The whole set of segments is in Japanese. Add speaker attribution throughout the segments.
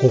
Speaker 1: こ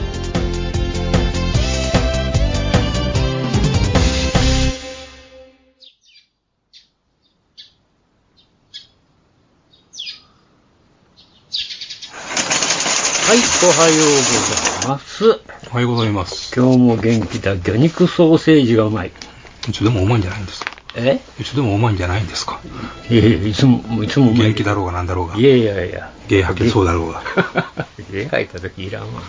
Speaker 2: はい、おはようございます。
Speaker 1: おはようございます
Speaker 2: 今日も元気だ。魚肉ソーセージがうまい。
Speaker 1: うちでもうまいんじゃないんですか
Speaker 2: え
Speaker 1: うちでもうまいんじゃないんですか
Speaker 2: いやいや、いつも、いつもうま
Speaker 1: 元
Speaker 2: い。
Speaker 1: 気だろうがなんだろうが
Speaker 2: いやいやいや。
Speaker 1: 芸吐きそうだろうが
Speaker 2: 家入った時いらんわ。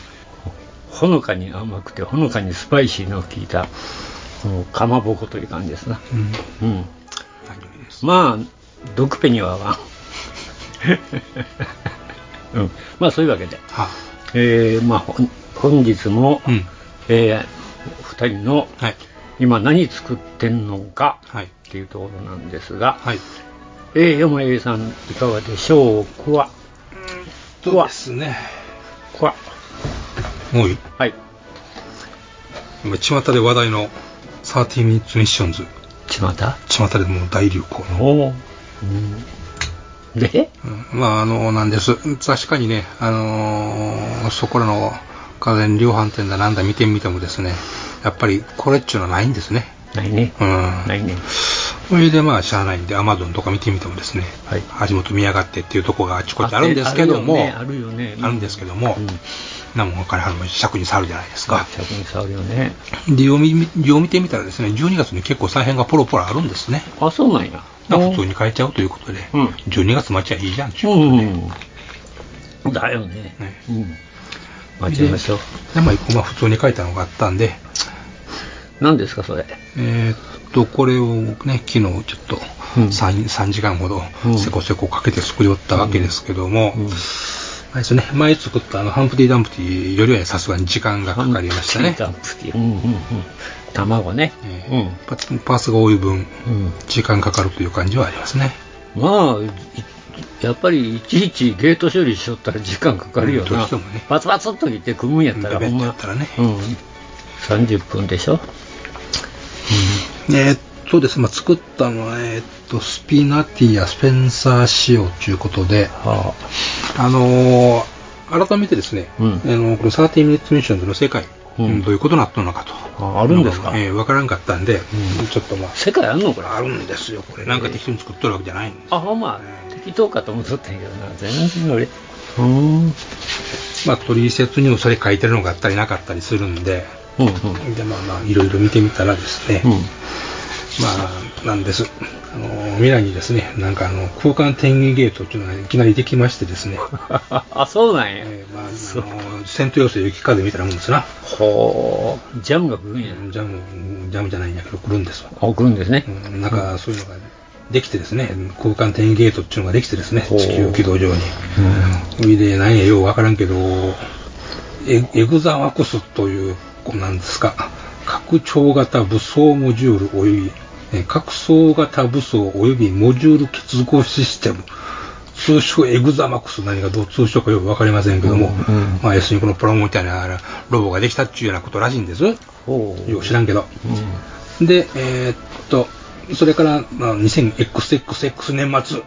Speaker 2: ほのかに甘くて、ほのかにスパイシーの効いた、このかまぼこという感じですな。
Speaker 1: うん
Speaker 2: うん。
Speaker 1: 何よりです
Speaker 2: まあ、毒ペには合 わん。うん。まあ、そういうわけで。
Speaker 1: は
Speaker 2: えー、まあ、ほん本日も、
Speaker 1: あうん
Speaker 2: えー、二人の、
Speaker 1: はい
Speaker 2: 今何作ってんのか
Speaker 1: はい
Speaker 2: っていうところなんですが、
Speaker 1: はい
Speaker 2: えー、山井さんいかがでしょうかわ
Speaker 1: そうですね
Speaker 2: こわ
Speaker 1: もういい
Speaker 2: はい
Speaker 1: 今巷で話題の30 minutes missions
Speaker 2: ちまた
Speaker 1: 巷でもう大流行の、
Speaker 2: おお、うん、で
Speaker 1: うんまああのなんです確かにねあのーそこらの家電量販店だなんだ見てみてもですねやっぱりこれっちゅうのはないんですね
Speaker 2: ないね
Speaker 1: うん
Speaker 2: ないね
Speaker 1: それでまあしゃあないんでアマゾンとか見てみてもですね、
Speaker 2: はい
Speaker 1: 橋本見やがってっていうところがあちこちあるんですけども
Speaker 2: あるよね
Speaker 1: あるんですけども、
Speaker 2: うん
Speaker 1: なんも彼はも尺に触るじゃないですか。
Speaker 2: 着に触るよね
Speaker 1: で、読み、読みてみたらですね、12月に結構再編がポロポロあるんですね。
Speaker 2: あそうなんや
Speaker 1: だから普通に変えちゃうということで、
Speaker 2: うん
Speaker 1: 12月待ちはいいじゃんちゅう、
Speaker 2: うん、うん、だよね
Speaker 1: ね
Speaker 2: うん待ちましょう
Speaker 1: で、まあ、一個まあ普通に書いたのがあったんで、
Speaker 2: 何ですかそれ
Speaker 1: えーっと、これをね、昨日ちょっと
Speaker 2: うん
Speaker 1: 3、三時間ほど
Speaker 2: うん
Speaker 1: せこせこかけて作りおったわけですけども、
Speaker 2: うん
Speaker 1: あれですね、前作ったあの、ハンプティ・ダンプティよりはさすがに時間がかかりましたね。
Speaker 2: ダンプティうんうんうん卵ね、
Speaker 1: えーパーツパーツが多い分、
Speaker 2: うん、うん
Speaker 1: 時間かかるという感じはありますね。
Speaker 2: まあいやっぱりいちいちゲート処理しとったら時間かかるよ
Speaker 1: うんど
Speaker 2: な、
Speaker 1: うしてもね
Speaker 2: バツバツっと切って組むんやったら、
Speaker 1: ベベ
Speaker 2: ほん
Speaker 1: って
Speaker 2: ま
Speaker 1: やったらね
Speaker 2: うん、30分でしょ、
Speaker 1: えーっとですね、まあ、作ったのは、えーっと、スピナティやスペンサー仕様ということで、
Speaker 2: は
Speaker 1: あのー改めてですね、
Speaker 2: う
Speaker 1: あ
Speaker 2: ん
Speaker 1: のこの30 minutes missions の世界、
Speaker 2: うん
Speaker 1: どういうことになったのかと。
Speaker 2: あ、ああるんですか、
Speaker 1: えーわからんかったんで、
Speaker 2: うん
Speaker 1: ちょっとまあ、
Speaker 2: 世界あんのこれ、
Speaker 1: あるんですよ、これ。なんか適当に作っとるわけじゃないんです。
Speaker 2: あほんま適当かと思っとったんやけどな全然俺うんうん
Speaker 1: まあ、取説にもそれ書いてるのがあったりなかったりするんで、
Speaker 2: うん
Speaker 1: で、まあまあ、いろいろ見てみたらですね、
Speaker 2: うん
Speaker 1: まあ、なんです。あのー未来にですね、なんかあの、空間転移ゲートっていうのがいきなりできまして ですね、
Speaker 2: あそうなんや、
Speaker 1: えーまあ、あの戦闘要請雪風みたいなもんですな。
Speaker 2: ほうジャムが来るんや、
Speaker 1: ジャム、ジャムじゃないんだけど、来るんですわ。
Speaker 2: あ来るんですね、
Speaker 1: うんなんか、そういうのができてですね、空間転移ゲートっていうのができてですね、
Speaker 2: ほう
Speaker 1: 地球軌道上に。それで、なんや、ようわからんけど、エエグザワクスという、こうなんですか、拡張型武装モジュールおよび、え拡張型武装およびモジュール結合システム。通称エグザマックス何がどう通称かよくわかりませんけども、
Speaker 2: うんうん
Speaker 1: まあ要するにこのプラモみたいなロボができたっていうようなことらしいんです。よ
Speaker 2: ほう、
Speaker 1: う知らんけど。
Speaker 2: うん
Speaker 1: で、えーっと、それから、まあ、2000XXX 年末、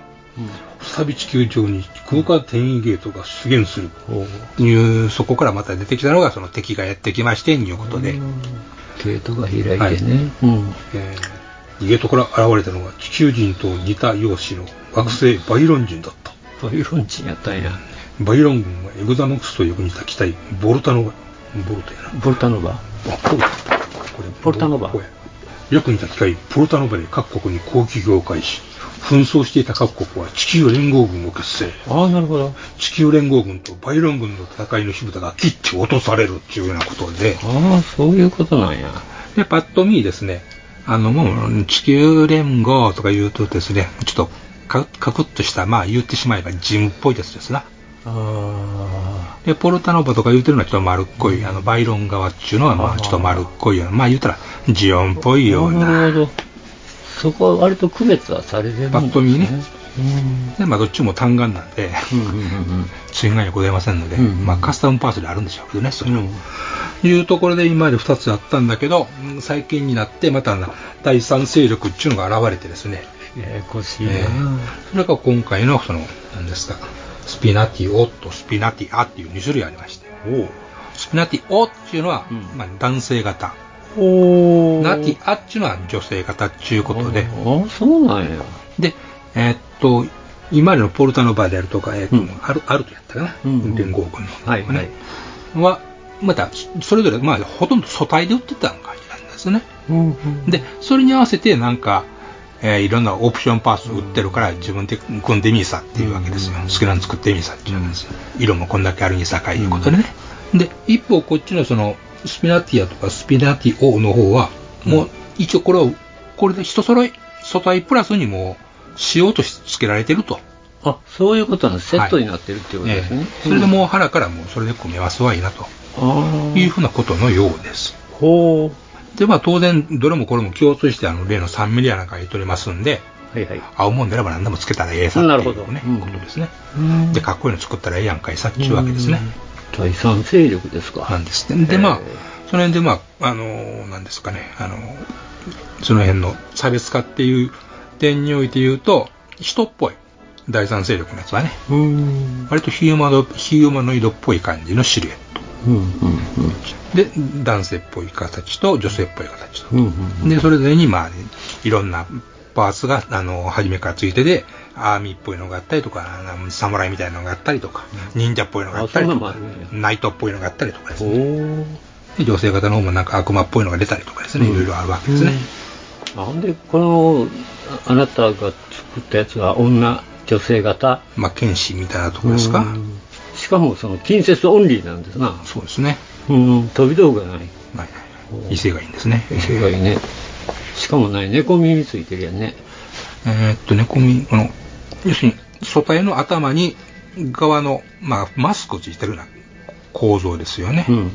Speaker 1: 再び地球上に空間転移ゲートが出現する。
Speaker 2: ほう
Speaker 1: いう、そこからまた出てきたのが、その敵がやってきまして、いうことで、
Speaker 2: ゲートが開いてね、うん、
Speaker 1: えーゲートから現れたのが地球人と似た容姿の惑星バイロン人だった。
Speaker 2: バイロンチンやったんや
Speaker 1: バイロン軍はエグザノックスとよく似た機体、ボルタノバ、ボルタやな。
Speaker 2: ボルタノバ
Speaker 1: これ
Speaker 2: ポルタノバ
Speaker 1: これよく似た機械ポルタノバで各国に攻撃を開始紛争していた各国は地球連合軍を結成
Speaker 2: ああなるほど
Speaker 1: 地球連合軍とバイロン軍の戦いの火蓋が切って落とされるっていうようなことで
Speaker 2: ああそういうことなんや
Speaker 1: でパッと見ですねあのもう地球連合とか言うとですねちょっとカカクッとしたまあ言ってしまえばジムっぽいやつですな
Speaker 2: あ
Speaker 1: で、ポルタノバとか言うてるのはちょっと丸っこい、あの、バイロン側っていうのは、まあ、ちょっと丸っこいような、まあ言うたら、ジオンっぽいよう
Speaker 2: な
Speaker 1: な
Speaker 2: るほどそこは割と区別はされてるんです、ね、
Speaker 1: パッと見ねでまあどっちも単眼なんで
Speaker 2: うんうんうんうん
Speaker 1: 水害はございませんので、
Speaker 2: うんうん
Speaker 1: まあ、カスタムパーツであるんでしょうけどねそう
Speaker 2: う
Speaker 1: いうのも
Speaker 2: ん
Speaker 1: いうところで今まで2つあったんだけどうん最近になってまたな第三勢力っていうのが現れてですね
Speaker 2: ややこしいな、
Speaker 1: ええそれが今回のその何ですかスピナティオとスピナティアっていう2種類ありましてスピナティオっていうのは、
Speaker 2: うん
Speaker 1: まあ、男性型
Speaker 2: おお
Speaker 1: ナティアっていうのは女性型っていうことで
Speaker 2: ああそうなんや
Speaker 1: でえーっと今までのポルタノバであるとか、えーっと
Speaker 2: うん
Speaker 1: あるあるとやったかな、
Speaker 2: うんうん
Speaker 1: 連合軍の、
Speaker 2: はいはい
Speaker 1: ねはまたそれぞれ、まあ、ほとんど素体で売ってた感じなんですね
Speaker 2: うんうん
Speaker 1: でそれに合わせてなんか、えーいろんなオプションパーツ売ってるから自分で組んでみいさっていうわけですよ、
Speaker 2: うん
Speaker 1: 好きなの作ってみいさっていうわけですよ色もこんだけあるにさかいいうことでね、で一方こっちのそのスピナティアとかスピナティオの方はもう一応これをこれで一揃い素体プラスにもうしようとし付けられてると、
Speaker 2: あそういうことなんですセットになってるっていうこと
Speaker 1: え
Speaker 2: ですね、
Speaker 1: えそれでもう腹からもうそれで組めますわいなと
Speaker 2: ああ
Speaker 1: いうふうなことのようです、
Speaker 2: ほ
Speaker 1: で、まあ当然、どれもこれも共通して、あの、例の3ミリやなんかに取りますんで、
Speaker 2: うはいはい
Speaker 1: 合うもんであれば何でもつけたらええさって
Speaker 2: なる
Speaker 1: い
Speaker 2: ほ
Speaker 1: う
Speaker 2: ど
Speaker 1: ね、
Speaker 2: うん
Speaker 1: ことですね。
Speaker 2: うん
Speaker 1: で、かっこいいの作ったらええやんかいさっていうわけですね。
Speaker 2: うん第三勢力ですか
Speaker 1: なんですね。で、まあ
Speaker 2: え、
Speaker 1: その辺で、まあ、あのー、なんですかね、あのー、その辺の差別化っていう点において言うと、人っぽい。第三勢力のやつはね、
Speaker 2: ーうん
Speaker 1: 割とヒューマノヒューマノイドっぽい感じのシルエット。
Speaker 2: うんうん
Speaker 1: で、男性っぽい形と女性っぽい形と。
Speaker 2: うんうんうんうん
Speaker 1: で、それぞれに、まあ、いろんなパーツが、あの、初めからついてて、アーミーっぽいのがあったりとか、あの侍みたいなのがあったりとか、忍者っぽいのがあったりと
Speaker 2: あ
Speaker 1: か
Speaker 2: そんなのもあるん、
Speaker 1: ナイトっぽいのがあったりとかです
Speaker 2: お
Speaker 1: ね。
Speaker 2: ー
Speaker 1: で女性型の方もなんか悪魔っぽいのが出たりとかですね、
Speaker 2: うん
Speaker 1: いろいろあるわけですね。
Speaker 2: うんあほんでこのああなたが作ったやつが女女性型
Speaker 1: まあ、剣士みたいなところですか。
Speaker 2: うんしかもその近接オンリーなんですな
Speaker 1: そうですね。
Speaker 2: うん飛び道具がない
Speaker 1: はい
Speaker 2: お
Speaker 1: 威勢がいいんですね。
Speaker 2: それがいいねしかもない猫耳ついてるやんね
Speaker 1: えーっとね、こみ、この、要するに、素体の頭に、側の、まあ、マスクついてるような構造ですよね。
Speaker 2: うん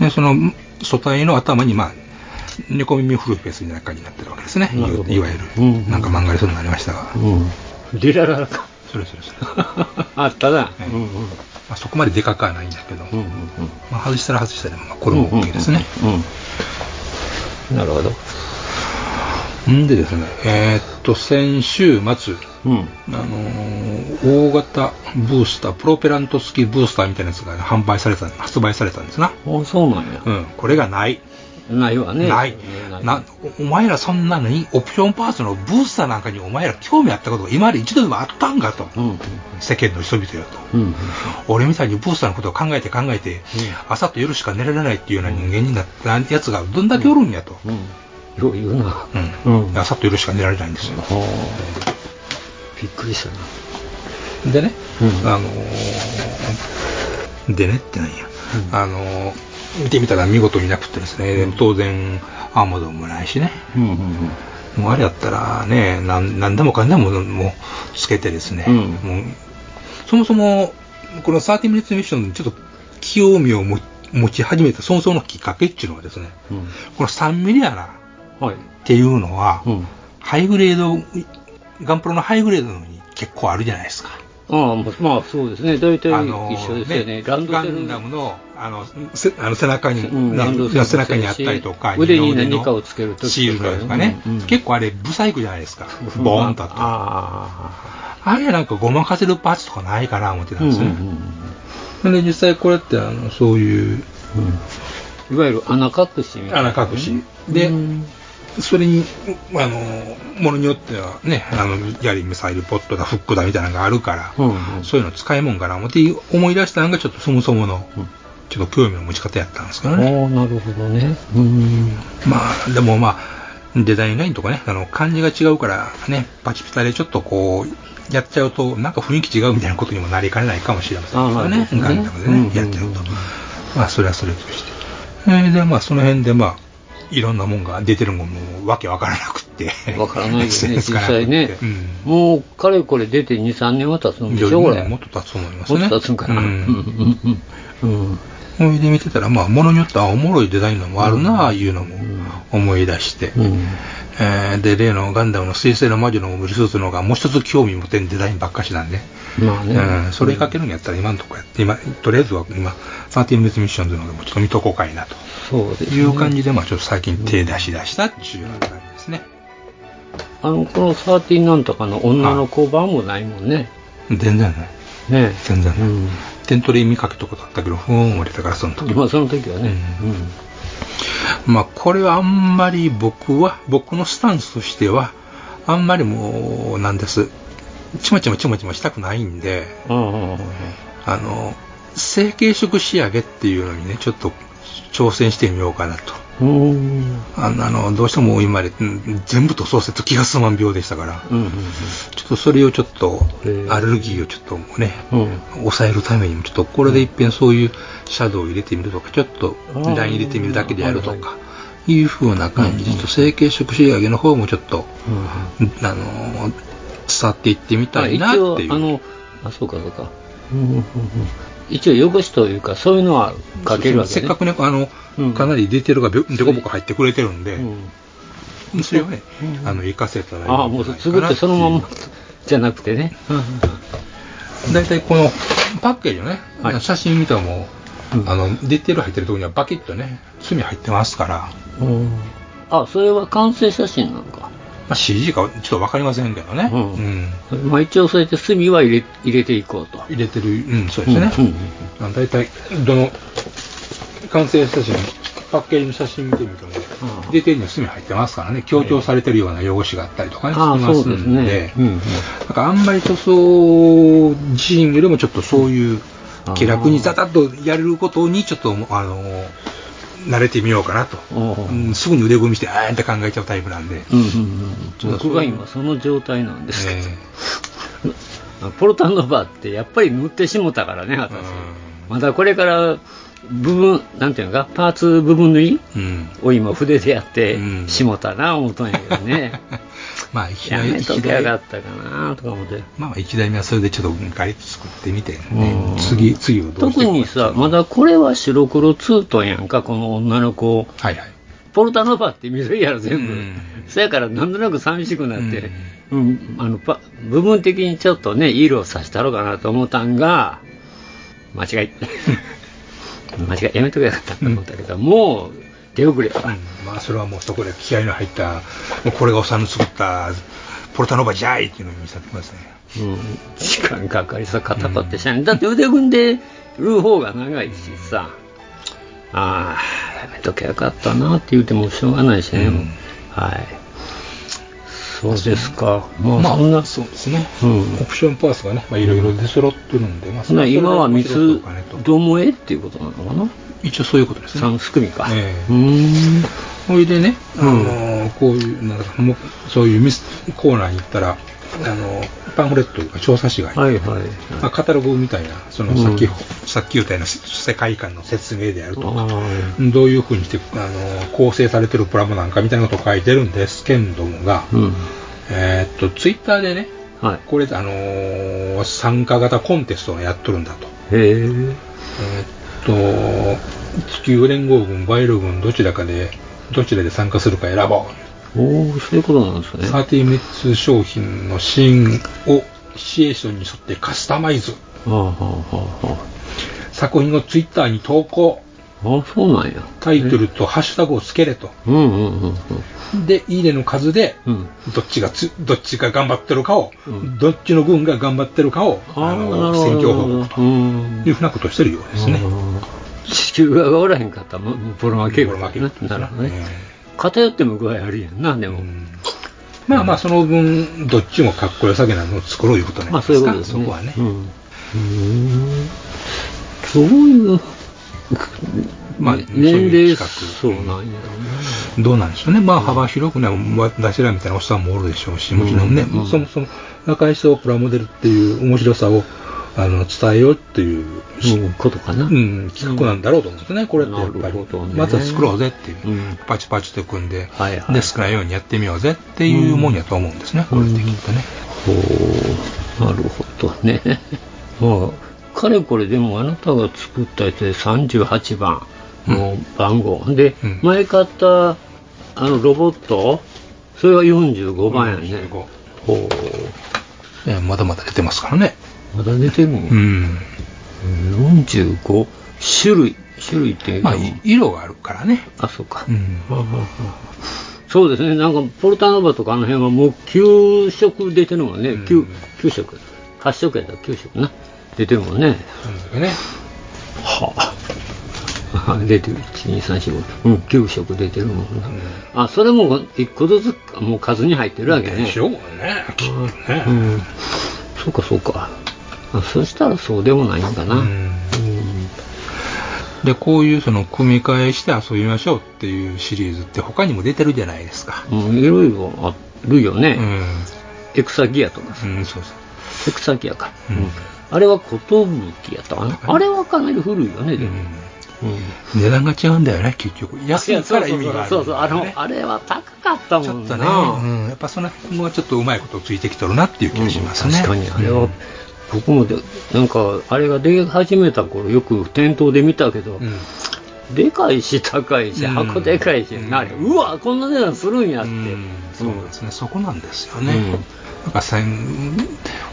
Speaker 1: でその素体の頭に、まあ、猫耳フルフェスみたいな感じになってるわけですね。い
Speaker 2: なるほど
Speaker 1: いわゆる、
Speaker 2: うん
Speaker 1: なんか漫画でそういうのがありましたが。
Speaker 2: うんリラララか
Speaker 1: それそれそれ。ま
Speaker 2: あったな、
Speaker 1: ええ
Speaker 2: うんうん
Speaker 1: あ、そこまででかくはないんだけど、
Speaker 2: うんうんうん
Speaker 1: まあ、外したら外したでも、まあ、これも OK ですね。
Speaker 2: うんうんうんうんなるほど
Speaker 1: んでですね、えーっと、先週末、
Speaker 2: うん
Speaker 1: あのー大型ブースター、プロペラント付きブースターみたいなやつが販売された、発売されたんですな。
Speaker 2: あそうなんや
Speaker 1: う、ん、これがない。
Speaker 2: ないわね
Speaker 1: ない
Speaker 2: ない
Speaker 1: なおお前らそんなのにオプションパーツのブースターなんかにお前ら興味あったことが今まで一度でもあったんかと、
Speaker 2: うんうん
Speaker 1: 世間の人々よと、
Speaker 2: うん
Speaker 1: 俺みたいにブースターのことを考えて考えて、朝と夜しか寝られないっていうような人間になったやつがどんだけおるんやと、
Speaker 2: うんよう言うな
Speaker 1: うん
Speaker 2: うん
Speaker 1: 朝と夜しか寝られないんですよ、
Speaker 2: ほうびっくりしたな
Speaker 1: でね、
Speaker 2: うん
Speaker 1: あのーでねってなんや、あのー見てみたら見事になくってですね、当然アーモンドもないしね、
Speaker 2: うんうんうん
Speaker 1: もうあれやったらね、なんなんでもかんでももうつけてですね、
Speaker 2: うん
Speaker 1: もうそもそもこの30ミリッツミッションにちょっと興味を持持ち始めたそもそものきっかけっていうのはですね、
Speaker 2: うん
Speaker 1: この3ミリやな
Speaker 2: はい
Speaker 1: っていうのは、
Speaker 2: うん
Speaker 1: ハイグレード、ガンプロのハイグレードのに結構あるじゃないですか。
Speaker 2: ああ、まあまあそうですね、大体一緒ですよね、
Speaker 1: ガ
Speaker 2: ランドセル
Speaker 1: ンダムのあのせあの背中に、
Speaker 2: うんランドセル
Speaker 1: な背中にあったりとか、
Speaker 2: 腕に
Speaker 1: 二のの
Speaker 2: 何かをつける時とか
Speaker 1: シールドとかね、
Speaker 2: うんうん
Speaker 1: 結構あれ、ブサイクじゃないです か、ボーンとあって。
Speaker 2: あ
Speaker 1: あれなんかごまかせるパーツとかないかな思って
Speaker 2: あ、
Speaker 1: たんですよ、ねで実際これってあのそういう
Speaker 2: いわゆる穴隠しみたいな、
Speaker 1: 穴隠しで
Speaker 2: うん
Speaker 1: それにあのものによってはねあのやりミサイルポットだフックだみたいなのがあるから、
Speaker 2: うんうん
Speaker 1: そういうの使いもんかな思って思い出したのがちょっとそもそもの、ちょっと興味の持ち方やったんですけどね、
Speaker 2: おーなるほどね。うん。
Speaker 1: まあでもまあデザインラインとかねあの感じが違うからねパチピタでちょっとこうやっちゃうとなんか雰囲気違うみたいなことにもなりかねないかもしれませんけど
Speaker 2: あーなる
Speaker 1: ね
Speaker 2: ほど
Speaker 1: ガ
Speaker 2: ね
Speaker 1: ンダムで
Speaker 2: う
Speaker 1: ね、
Speaker 2: んうんうん
Speaker 1: やっちゃうとまあそれはそれとしてえーでまあその辺でまあいろんなもんが出てるもんもわけわからなくって
Speaker 2: わか らないですね、
Speaker 1: SNS
Speaker 2: 実
Speaker 1: かなくって
Speaker 2: 際ね。
Speaker 1: うん
Speaker 2: もう、かれこれ出て2、3年は経つんでしょ、こ
Speaker 1: より
Speaker 2: れ。
Speaker 1: ねもっと経つと思いますね
Speaker 2: もっと経つんかな。
Speaker 1: う
Speaker 2: うんんうんうんうん。
Speaker 1: ほいで見てたらまあものによってはおもろいデザインのもあるなあいうのも思い出して、
Speaker 2: うん。
Speaker 1: えーで、例のガンダムの水星の魔女のブルスーツの方がもう一つ興味持てんデザインばっかしなんで、
Speaker 2: まあね。
Speaker 1: うん、それかけるんやったら今のとこやって、今、とりあえずは今、13ミニッツミッションズの方でもちょっと見とこうかいなと
Speaker 2: そうです、ね。
Speaker 1: いう感じで、まあちょっと最近手出し出したっていうような感じですね。
Speaker 2: あの、この13なんとかの女の子版もないもんね。
Speaker 1: 全然ない。
Speaker 2: ね
Speaker 1: 全然ない。
Speaker 2: うん
Speaker 1: テントリー見かけたことあったけど、ふーん思ってたから、その時。
Speaker 2: まあ、その時はね。
Speaker 1: う
Speaker 2: うんん。
Speaker 1: まあ、これはあんまり僕は、僕のスタンスとしては、あんまりもう、なんです。ちまちまちまちましたくないんで、
Speaker 2: あ
Speaker 1: あの、成形色仕上げっていうのにね、ちょっと挑戦してみようかなと。
Speaker 2: あ。うん。
Speaker 1: あの、あのどうしても今までうん全部塗装せず気が済まん病でしたから、
Speaker 2: うん。
Speaker 1: ちょっとそれをちょっと
Speaker 2: へ、ー
Speaker 1: アレルギーをちょっとね、
Speaker 2: うん。うん。
Speaker 1: 抑えるためにもちょっとこれで一遍そういうシャドウを入れてみるとかちょっとライン入れてみるだけでやると
Speaker 2: はい
Speaker 1: かいう風な感じでちょっと成形色仕上げの方もちょっとあのー伝わっていってみたいなって
Speaker 2: 一応
Speaker 1: い、
Speaker 2: あ
Speaker 1: う
Speaker 2: の、あ、そうか、そうか。うんうんうんうん一応、汚しというか、そういうのはかけるわけね。
Speaker 1: せっかくねあの
Speaker 2: うん
Speaker 1: かなりディテールがびょデコボコ入ってくれてるんで
Speaker 2: うん
Speaker 1: それをね
Speaker 2: うん
Speaker 1: あの活かせたらいいんじゃ
Speaker 2: あ
Speaker 1: ないか
Speaker 2: あ、も
Speaker 1: な
Speaker 2: う作ってそのまんまじゃなくてね。
Speaker 1: 大体このパッケージのね、
Speaker 2: はい
Speaker 1: 写真見たらもう、
Speaker 2: うん
Speaker 1: あのディテール入ってるところにはバキッとね墨入ってますから
Speaker 2: うんあ、それは完成写真なのか。
Speaker 1: まあ、CG かちょっと分かりませんけどね、
Speaker 2: うん
Speaker 1: うん
Speaker 2: まあ一応そうやって墨は入れ入れていこうと。
Speaker 1: 入れてる、うん、そうですね、
Speaker 2: うんうん
Speaker 1: あの大体どの完成写真パッケージの写真見てみても
Speaker 2: ああ
Speaker 1: 出てるの墨入ってますからね強調されてるような汚しがあったりとかね、
Speaker 2: ああ、
Speaker 1: しま
Speaker 2: そ
Speaker 1: す
Speaker 2: うです
Speaker 1: ん
Speaker 2: ね。うんうん
Speaker 1: なんかあんまり塗装自身よりもちょっとそういう気楽にザタッとやれることにちょっとあの慣れてみようかなと、
Speaker 2: おう
Speaker 1: うん、すぐに腕組みしてあーんって考えちゃうタイプなんで、
Speaker 2: うんうん
Speaker 1: ち
Speaker 2: う
Speaker 1: ょ
Speaker 2: ん、
Speaker 1: っと
Speaker 2: 僕が今その状態なんですけ
Speaker 1: え
Speaker 2: ど、ポルタンドバーってやっぱり塗ってしもたからね、
Speaker 1: え
Speaker 2: 私。まだこれから部分、なんていうのか、パーツ部分縫い
Speaker 1: うん
Speaker 2: を今筆でやって
Speaker 1: うん
Speaker 2: しもたな思ったんやけどね。
Speaker 1: まあ、一
Speaker 2: や
Speaker 1: 台
Speaker 2: めと
Speaker 1: 一
Speaker 2: きゃよか
Speaker 1: 台
Speaker 2: ったかなとか思って。
Speaker 1: まあ、一台目はそれでちょっとガリッと作ってみて、ね
Speaker 2: うん、
Speaker 1: 次、次をどうして
Speaker 2: 特
Speaker 1: いこう
Speaker 2: にさ、まだこれは白黒ツートンやんか、この女の子。
Speaker 1: はいはい。
Speaker 2: ポルタノバって緑やろ、全部。
Speaker 1: うん
Speaker 2: そやから、なんとなく寂しくなって、うん、あのパ部分的にちょっとね、色をさしたろうかなと思ったんが、間違い。間違い、やめとけばよかったと思ったけど、もう、手遅れ。
Speaker 1: うんまあ、それはもうそこで気合いの入った、もうこれがおさんの作った、ポルタノバじゃいっていうのを見せてください。
Speaker 2: うん、時間かかりそう、肩パってしゃん、だって腕組んでる方が長いしさ、ああ、やめとけばよかったなって言うてもしょうがないしね、
Speaker 1: うん
Speaker 2: はい。そうですか、まあ、
Speaker 1: まあ、
Speaker 2: そんな、
Speaker 1: そうですね。
Speaker 2: うん
Speaker 1: オプションパーツがね、まあ、いろいろ出揃ってるんで、まあ、
Speaker 2: そんな今は三
Speaker 1: それが面白い
Speaker 2: つ
Speaker 1: かねと
Speaker 2: どもえっていうことなのかな、
Speaker 1: 一応そういうことですね。
Speaker 2: 三すくみか。
Speaker 1: ええ
Speaker 2: うーん
Speaker 1: ほいでね、あ
Speaker 2: うん
Speaker 1: のーこういう、なんかもうそういうミスコーナーに行ったら、あのーパンフレットというか調査誌が入って
Speaker 2: はいはい。
Speaker 1: まあ、カタログみたいな、その
Speaker 2: うん
Speaker 1: さっき、さっき言ったような世界観の説明であるとか、
Speaker 2: あ
Speaker 1: どういうふうにしてあの構成されてるプラモなんかみたいなことを書いてるんですけれどもが、
Speaker 2: ーうん。
Speaker 1: えーっと、ツイッターでね、
Speaker 2: はい。
Speaker 1: これ、あのー参加型コンテストをやっとるんだと。
Speaker 2: へえ。
Speaker 1: えーっと、地球連合軍、バイル軍、どちらかで、どちらで参加するか選ぼう。
Speaker 2: おお、そういうことなんですね。
Speaker 1: 30ミッツ商品のシーンをシチュエーションに沿ってカスタマイズ。
Speaker 2: ああ、はあ、は
Speaker 1: 作品をツイッターに投稿。
Speaker 2: あ、はあ。あそうなんや。
Speaker 1: タイトルとハッシュタグをつけれと。
Speaker 2: うんうんうんうん。
Speaker 1: で、いいねの数で、
Speaker 2: うん。
Speaker 1: どっちがつ、どっちが頑張ってるかを、
Speaker 2: うん
Speaker 1: どっちの軍が頑張ってるかを、あ
Speaker 2: ーなる
Speaker 1: の、
Speaker 2: ほど
Speaker 1: 選挙報告
Speaker 2: うん
Speaker 1: というふうなことをしてるようですね。
Speaker 2: うん地球側がおらへんかったら、もうボロ負け
Speaker 1: ボロ負け
Speaker 2: な
Speaker 1: ですね
Speaker 2: るほどね。偏っても具合あるやんな、で
Speaker 1: う
Speaker 2: も。
Speaker 1: んまあまあ、その分、どっちもかっこよさげなのを作ろういうことなん
Speaker 2: まあ
Speaker 1: です
Speaker 2: そ
Speaker 1: か、
Speaker 2: ういうことですね。
Speaker 1: そこはね。
Speaker 2: うん。そういう、
Speaker 1: まあ
Speaker 2: ね
Speaker 1: そういう
Speaker 2: 年
Speaker 1: 企
Speaker 2: 齢、
Speaker 1: 画
Speaker 2: そうなんやろうね。
Speaker 1: どうなんでしょうね。まあ、幅広くね、私らみたいなおっさんもおるでしょうし、もちろんね、
Speaker 2: うん
Speaker 1: そもそも中井壮プラモデルっていう面白さを、あの、伝えようっていう
Speaker 2: うん、ことかな。
Speaker 1: うん、企画なんだろうと思うんですね、これってやっ
Speaker 2: な
Speaker 1: ぱ
Speaker 2: るほ
Speaker 1: り
Speaker 2: ど。ね
Speaker 1: また作ろうぜっていう、
Speaker 2: うん
Speaker 1: パチパチと組んで、
Speaker 2: はいはい
Speaker 1: で、少ないようにやってみようぜっていうもんやと思うんですね、これってきっとね。
Speaker 2: ほう、なるほどね。 まあ、かれこれでもあなたが作ったやつで38番の番号。で、
Speaker 1: うん
Speaker 2: 前買ったあのロボットそれが45番やね、
Speaker 1: 45
Speaker 2: ほ
Speaker 1: えまだまだ出てますからね。
Speaker 2: うまだ出てる、
Speaker 1: うんん。
Speaker 2: 45種類種類っていうか
Speaker 1: まあ、い色があるからね。
Speaker 2: あそうか、
Speaker 1: うん。
Speaker 2: はあはあはあそうですねなんかポルタノバとかあの辺はもう9色出てるもんね、
Speaker 1: うん
Speaker 2: 9, 9色8色やったら9色な出てるもんね
Speaker 1: なんだけどね。
Speaker 2: はあ 出てる12345うん9色出てるもんな、あそれも1個ずつもう数に入ってるわけね
Speaker 1: でしょうね。きっとね。
Speaker 2: うん、そうかそうかあそしたらそうでもないんだな、
Speaker 1: う
Speaker 2: うん
Speaker 1: んで、こういうその、組み替えして遊びましょうっていうシリーズって他にも出てるじゃないですか。
Speaker 2: うんいろいろあるよね、
Speaker 1: うん。
Speaker 2: エクサギアとかさ
Speaker 1: うん、そうそう。
Speaker 2: エクサギアか、
Speaker 1: うん
Speaker 2: うんあれは寿やったかな、あれはかなり古いよねで
Speaker 1: う
Speaker 2: も、
Speaker 1: ん。
Speaker 2: うん
Speaker 1: 値段が違うんだよね、結局。安いから意味があるんだよね、
Speaker 2: そうそうそうそうあのあれは高かった
Speaker 1: ち
Speaker 2: も
Speaker 1: ょ
Speaker 2: ん
Speaker 1: っと
Speaker 2: な
Speaker 1: ね、うん、やっぱその辺もちょっとうまいことついてきとるなっていう気がしますね。
Speaker 2: 確かにあれ
Speaker 1: う
Speaker 2: は
Speaker 1: ん
Speaker 2: 僕もでなんかあれが出始めた頃よく店頭で見たけど、
Speaker 1: うん
Speaker 2: でかいし高いし
Speaker 1: うん
Speaker 2: 箱でかいし、
Speaker 1: うん
Speaker 2: なあれうわこんな値段するんやって、
Speaker 1: うんそうですね、そこなんですよね。
Speaker 2: うん
Speaker 1: なんかせん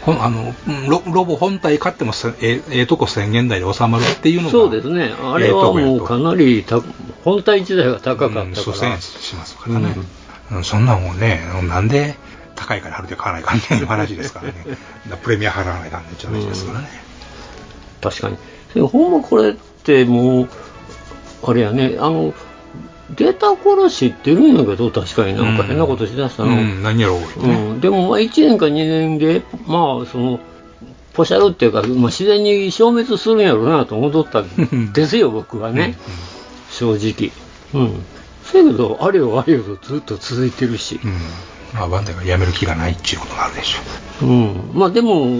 Speaker 1: ほんあのうんロロボ本体買ってもせえええとこ1000円台で収まるっていうのが
Speaker 2: そうですねあれはもうかなりた本体自体が高か
Speaker 1: う
Speaker 2: っ
Speaker 1: ん
Speaker 2: た
Speaker 1: そう
Speaker 2: か
Speaker 1: 1000
Speaker 2: ら、
Speaker 1: 円しますからね、うんそんなんもねなんで高いから春で買わないかっていう話です からねだプレミア払わないかんねって話ですからね、
Speaker 2: 確かにでもほんまこれってもうあれやねあの出た頃知ってるんやけど確かになんか変なことしだしたの、
Speaker 1: うん何やろう、
Speaker 2: うん、でもまあ1年か2年で、まあ、そのポシャルっていうか、まあ、自然に消滅するんやろうなと思っとったんですよ、僕はね、正直。うん、せやけど、あれよあれよとずっと続いてるし、
Speaker 1: うんまあ、バンダイがやめる気がないっていうことがあるでしょ
Speaker 2: うん、まあでも、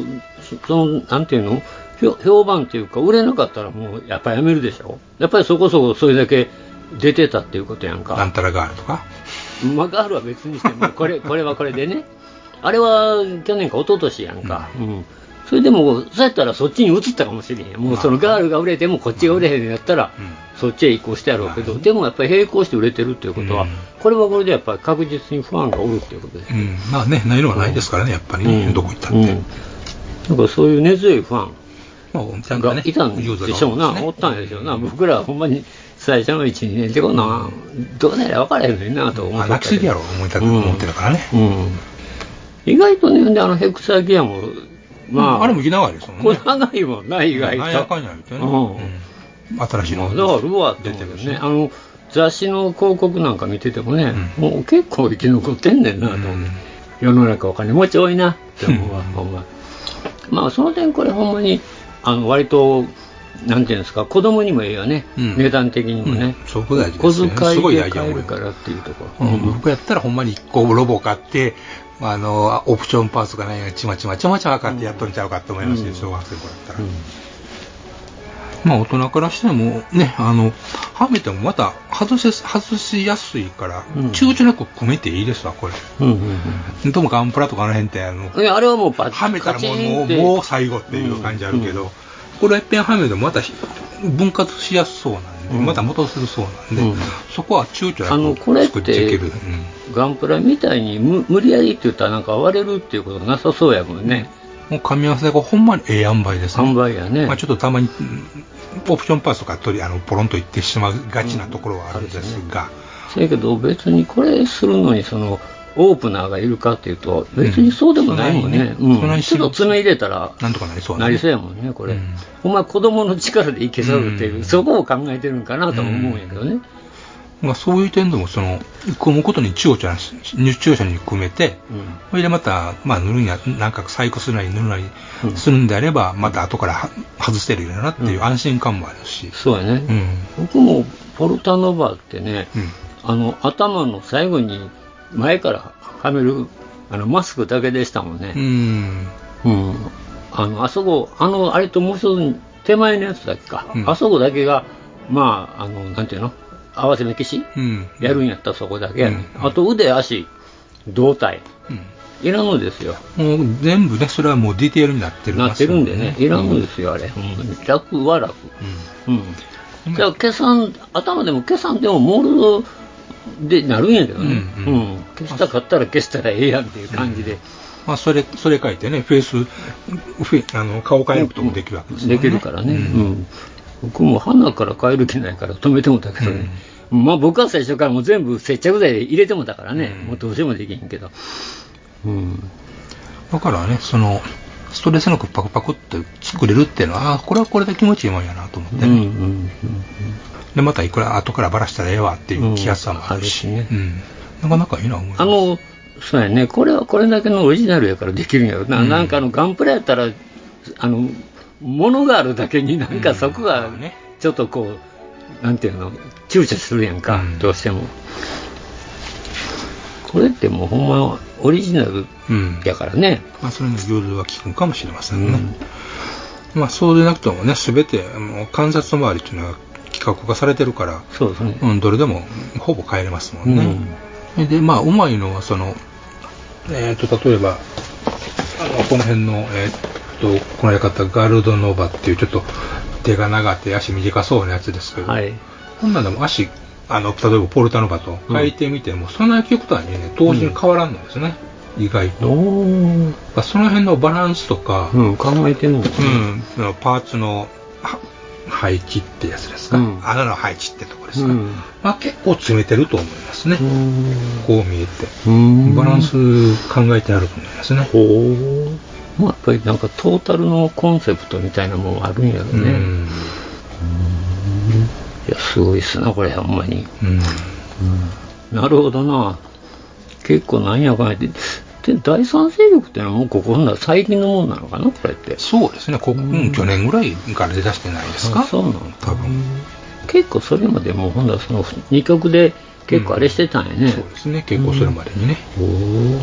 Speaker 2: そのなんていうの、評評判っていうか、売れなかったらもうやっぱりやめるでしょ、やっぱりそこそこそれだけ出てたっていうことやんか。
Speaker 1: うなんたらガールとか
Speaker 2: マガールは別にしても、これ これはこれでね、あれは去年か一昨年やんか、うんそれでも、そうやったらそっちに移ったかもしれへん、もうそのガールが売れても、こっちが売れへんのやったら、
Speaker 1: う
Speaker 2: そっちへ移行してやろうけど、でもやっぱり並行して売れてるっていうことは、
Speaker 1: うん
Speaker 2: これはこれでやっぱり確実にファンがおるっていうことです。
Speaker 1: うん、まあねないのはないですからねやっぱり、
Speaker 2: うん
Speaker 1: どこ行ったって、
Speaker 2: うんなんかそういう根強いファン
Speaker 1: まあ、ちゃんと
Speaker 2: が
Speaker 1: ね、
Speaker 2: いたんでしょうな、おったんでしょうな、僕らはほんまに最初の1、2年ってこんなん、どうなりゃ分からへんのになと思
Speaker 1: ま
Speaker 2: っ
Speaker 1: あ、
Speaker 2: てた
Speaker 1: 泣
Speaker 2: け
Speaker 1: き
Speaker 2: ど
Speaker 1: すぎやろ、思いたく、
Speaker 2: うん
Speaker 1: 思ってたからね。
Speaker 2: うん意外とね、であのヘクサギアも、ま
Speaker 1: うん
Speaker 2: あ、
Speaker 1: あれも生き長いですもんね。
Speaker 2: これ長いもんな、意外と。
Speaker 1: なんやかんや言ってね。うん新しい
Speaker 2: まあ
Speaker 1: の。
Speaker 2: だから、うわっ
Speaker 1: 出
Speaker 2: て思
Speaker 1: て
Speaker 2: う
Speaker 1: る
Speaker 2: け
Speaker 1: し
Speaker 2: どね、あの、雑誌の広告なんか見ててもね、
Speaker 1: うん
Speaker 2: もう結構生き残ってんねんなと思って、
Speaker 1: うん
Speaker 2: 世の中お金持ち多いなって思うわ、
Speaker 1: うん
Speaker 2: ほんま。まあ、その点これほんまに、あの、割と、なんていうんですか、子供にもええよね、
Speaker 1: うん
Speaker 2: 値段的にもね。
Speaker 1: うんそこ大事で
Speaker 2: 小
Speaker 1: すねすご
Speaker 2: 遣
Speaker 1: い大事だ
Speaker 2: いで買
Speaker 1: 思う
Speaker 2: え
Speaker 1: よ
Speaker 2: るからっていうとこ
Speaker 1: う
Speaker 2: ろ。
Speaker 1: ん僕やったらほんまに一個ロボ買って、あの、オプションパーツがないやちまちまちまちま買ってやっとんちゃうかって思いますよ、
Speaker 2: うん
Speaker 1: 小学生の頃だったら。
Speaker 2: うん
Speaker 1: まあ大人からしてもね、あの、はめてもまた外せ、外しやすいから、
Speaker 2: うん
Speaker 1: 躊躇なく込めていいですわ、これ。
Speaker 2: うんうんうん
Speaker 1: どうもガンプラとかあの辺って、あの、
Speaker 2: いやあれはもうバ
Speaker 1: はめたらもうもう
Speaker 2: って
Speaker 1: もう最後っていう感じあるけど、これはいっぺんはめてもまたひ分割しやすそうなんで、
Speaker 2: うん
Speaker 1: また元するそうなんで、
Speaker 2: うん
Speaker 1: そこは躊躇
Speaker 2: あの
Speaker 1: な
Speaker 2: これ
Speaker 1: く
Speaker 2: っ
Speaker 1: 作
Speaker 2: て
Speaker 1: っていける。うん
Speaker 2: ガンプラみたいに無無理やりって言ったらなんか割れるっていうことなさそうやもんね
Speaker 1: もう噛み合わせがほんまにええ塩梅ですね。
Speaker 2: 販売やね、
Speaker 1: まあ、ちょっとたまにうんオプションパーツとか取りあのポロンといってしまいがちなところはあるんですが、
Speaker 2: せやけど別にこれするのにそのオープナーがいるかっていうと別にそうでもないもんね,、
Speaker 1: う
Speaker 2: うんん
Speaker 1: そないね
Speaker 2: ちょっと爪入れたら
Speaker 1: なんとかなりそう
Speaker 2: なりそう
Speaker 1: や
Speaker 2: やもんねこれ、
Speaker 1: うん
Speaker 2: ほんま子供の力でいけそうっていう、
Speaker 1: うん
Speaker 2: そこを考えてるんかなとも思うんやけどね、
Speaker 1: まあ、そういう点でもその組むことに躊躇なし躊躇に組めて、
Speaker 2: うん
Speaker 1: それでまた、まあ、塗るんや、なんか細工するなり塗るなり
Speaker 2: うん
Speaker 1: するんであれば、また後からは外せるよなっていう
Speaker 2: うん
Speaker 1: 安心感もあるし。
Speaker 2: そうやね、
Speaker 1: うん。
Speaker 2: 僕もポルタノバってね、
Speaker 1: うん
Speaker 2: あの頭の最後に前からはめるあのマスクだけでしたもん
Speaker 1: う
Speaker 2: ね、
Speaker 1: ん。
Speaker 2: うんあのあそこあのあれともう一つ手前のやつだけか、
Speaker 1: うん
Speaker 2: あそこだけがまああのなんていうの合わせ目消し、
Speaker 1: うん。
Speaker 2: やるんやったらそこだけやね、
Speaker 1: うん
Speaker 2: あと腕足胴体
Speaker 1: う
Speaker 2: いらんのですよ
Speaker 1: ん。もう全部ね、それはもうディテールになってる
Speaker 2: なってるんでねいら
Speaker 1: う
Speaker 2: んの
Speaker 1: ん。
Speaker 2: ですよあれ、うん楽は楽、
Speaker 1: う
Speaker 2: うん、じゃあ、計算、頭でも計算でもモールドでなるんやけどね、
Speaker 1: うん
Speaker 2: う
Speaker 1: うんん
Speaker 2: 消したかったら消したらええやんっていう感じで、
Speaker 1: まあ、それ、それ書いてね、フェイス、フェイあの顔変えることもできるわけですもん
Speaker 2: できるからね、う
Speaker 1: うん
Speaker 2: ん僕も花から変える気ないから止めてもたけどね、まあ僕は最初からもう全部接着剤で入れてもたからね、
Speaker 1: うん
Speaker 2: もうどうしようもできへんけど、うん、
Speaker 1: だからね、その、ストレスなくパクパクって作れるっていうのは、ああ、これはこれで気持ちいいもんやなと思って
Speaker 2: うんう
Speaker 1: ね。
Speaker 2: んうん
Speaker 1: で、またいくら後からバラしたらええわっていう気安さもあるし、
Speaker 2: う
Speaker 1: うんん
Speaker 2: あるし
Speaker 1: なかなかいいな思います
Speaker 2: あ、のそうやねこれはこれだけのオリジナルやからできるんやろな、
Speaker 1: うん
Speaker 2: なんかあのガンプラやったらあの物があるだけになんかそこが
Speaker 1: うんね
Speaker 2: ちょっとこう、なんていうの躊躇するやんか、
Speaker 1: うん
Speaker 2: どうしてもこれってもうほんまオリジナル
Speaker 1: うん。
Speaker 2: やからね、
Speaker 1: まあ、それの融通は効くんかもしれませ
Speaker 2: うん
Speaker 1: ね。まあ、そうでなくてもね、すべて、もう観察の周りっていうのは企画化されてるから、
Speaker 2: そうですね、
Speaker 1: うん、どれでもほぼ変えれますもんね。で、まあ、うまいのは、その、えっ、と、例えば、あの、この辺の、えっ、と、このやり方、ガルドノーバっていう、ちょっと、手が長くて足短そうなやつですけど、
Speaker 2: はい
Speaker 1: こんなんでも足、あの、例えばポルタノバと変えてみても、そんな極端にね、同時に変わらんのですね、意外と。だ
Speaker 2: お
Speaker 1: からその辺のバランスとか、
Speaker 2: うん考えてんの
Speaker 1: うん、そのパーツのは配置ってやつですか、
Speaker 2: うん
Speaker 1: 穴の配置ってとこです
Speaker 2: う
Speaker 1: か、
Speaker 2: ん
Speaker 1: まあ、結構詰めてると思いますね、こう見えて、
Speaker 2: うん
Speaker 1: バランス考えてあると思いますね、
Speaker 2: ほうまあやっぱりなんかトータルのコンセプトみたいなもんはあるんやろね、
Speaker 1: うん
Speaker 2: いやすごいっすなこれほんまに、
Speaker 1: うん
Speaker 2: なるほどな結構なんやかんやってで第三勢力ってのはもうここな最近のもんなのかなこれって
Speaker 1: そうですねこ、うん去年ぐらいから出だしてないです
Speaker 2: あ
Speaker 1: か
Speaker 2: そうなの
Speaker 1: 多分
Speaker 2: 結構それまでもうほんだその2曲で結構あれしてたんやね
Speaker 1: そうですね結構それまでにね、
Speaker 2: おー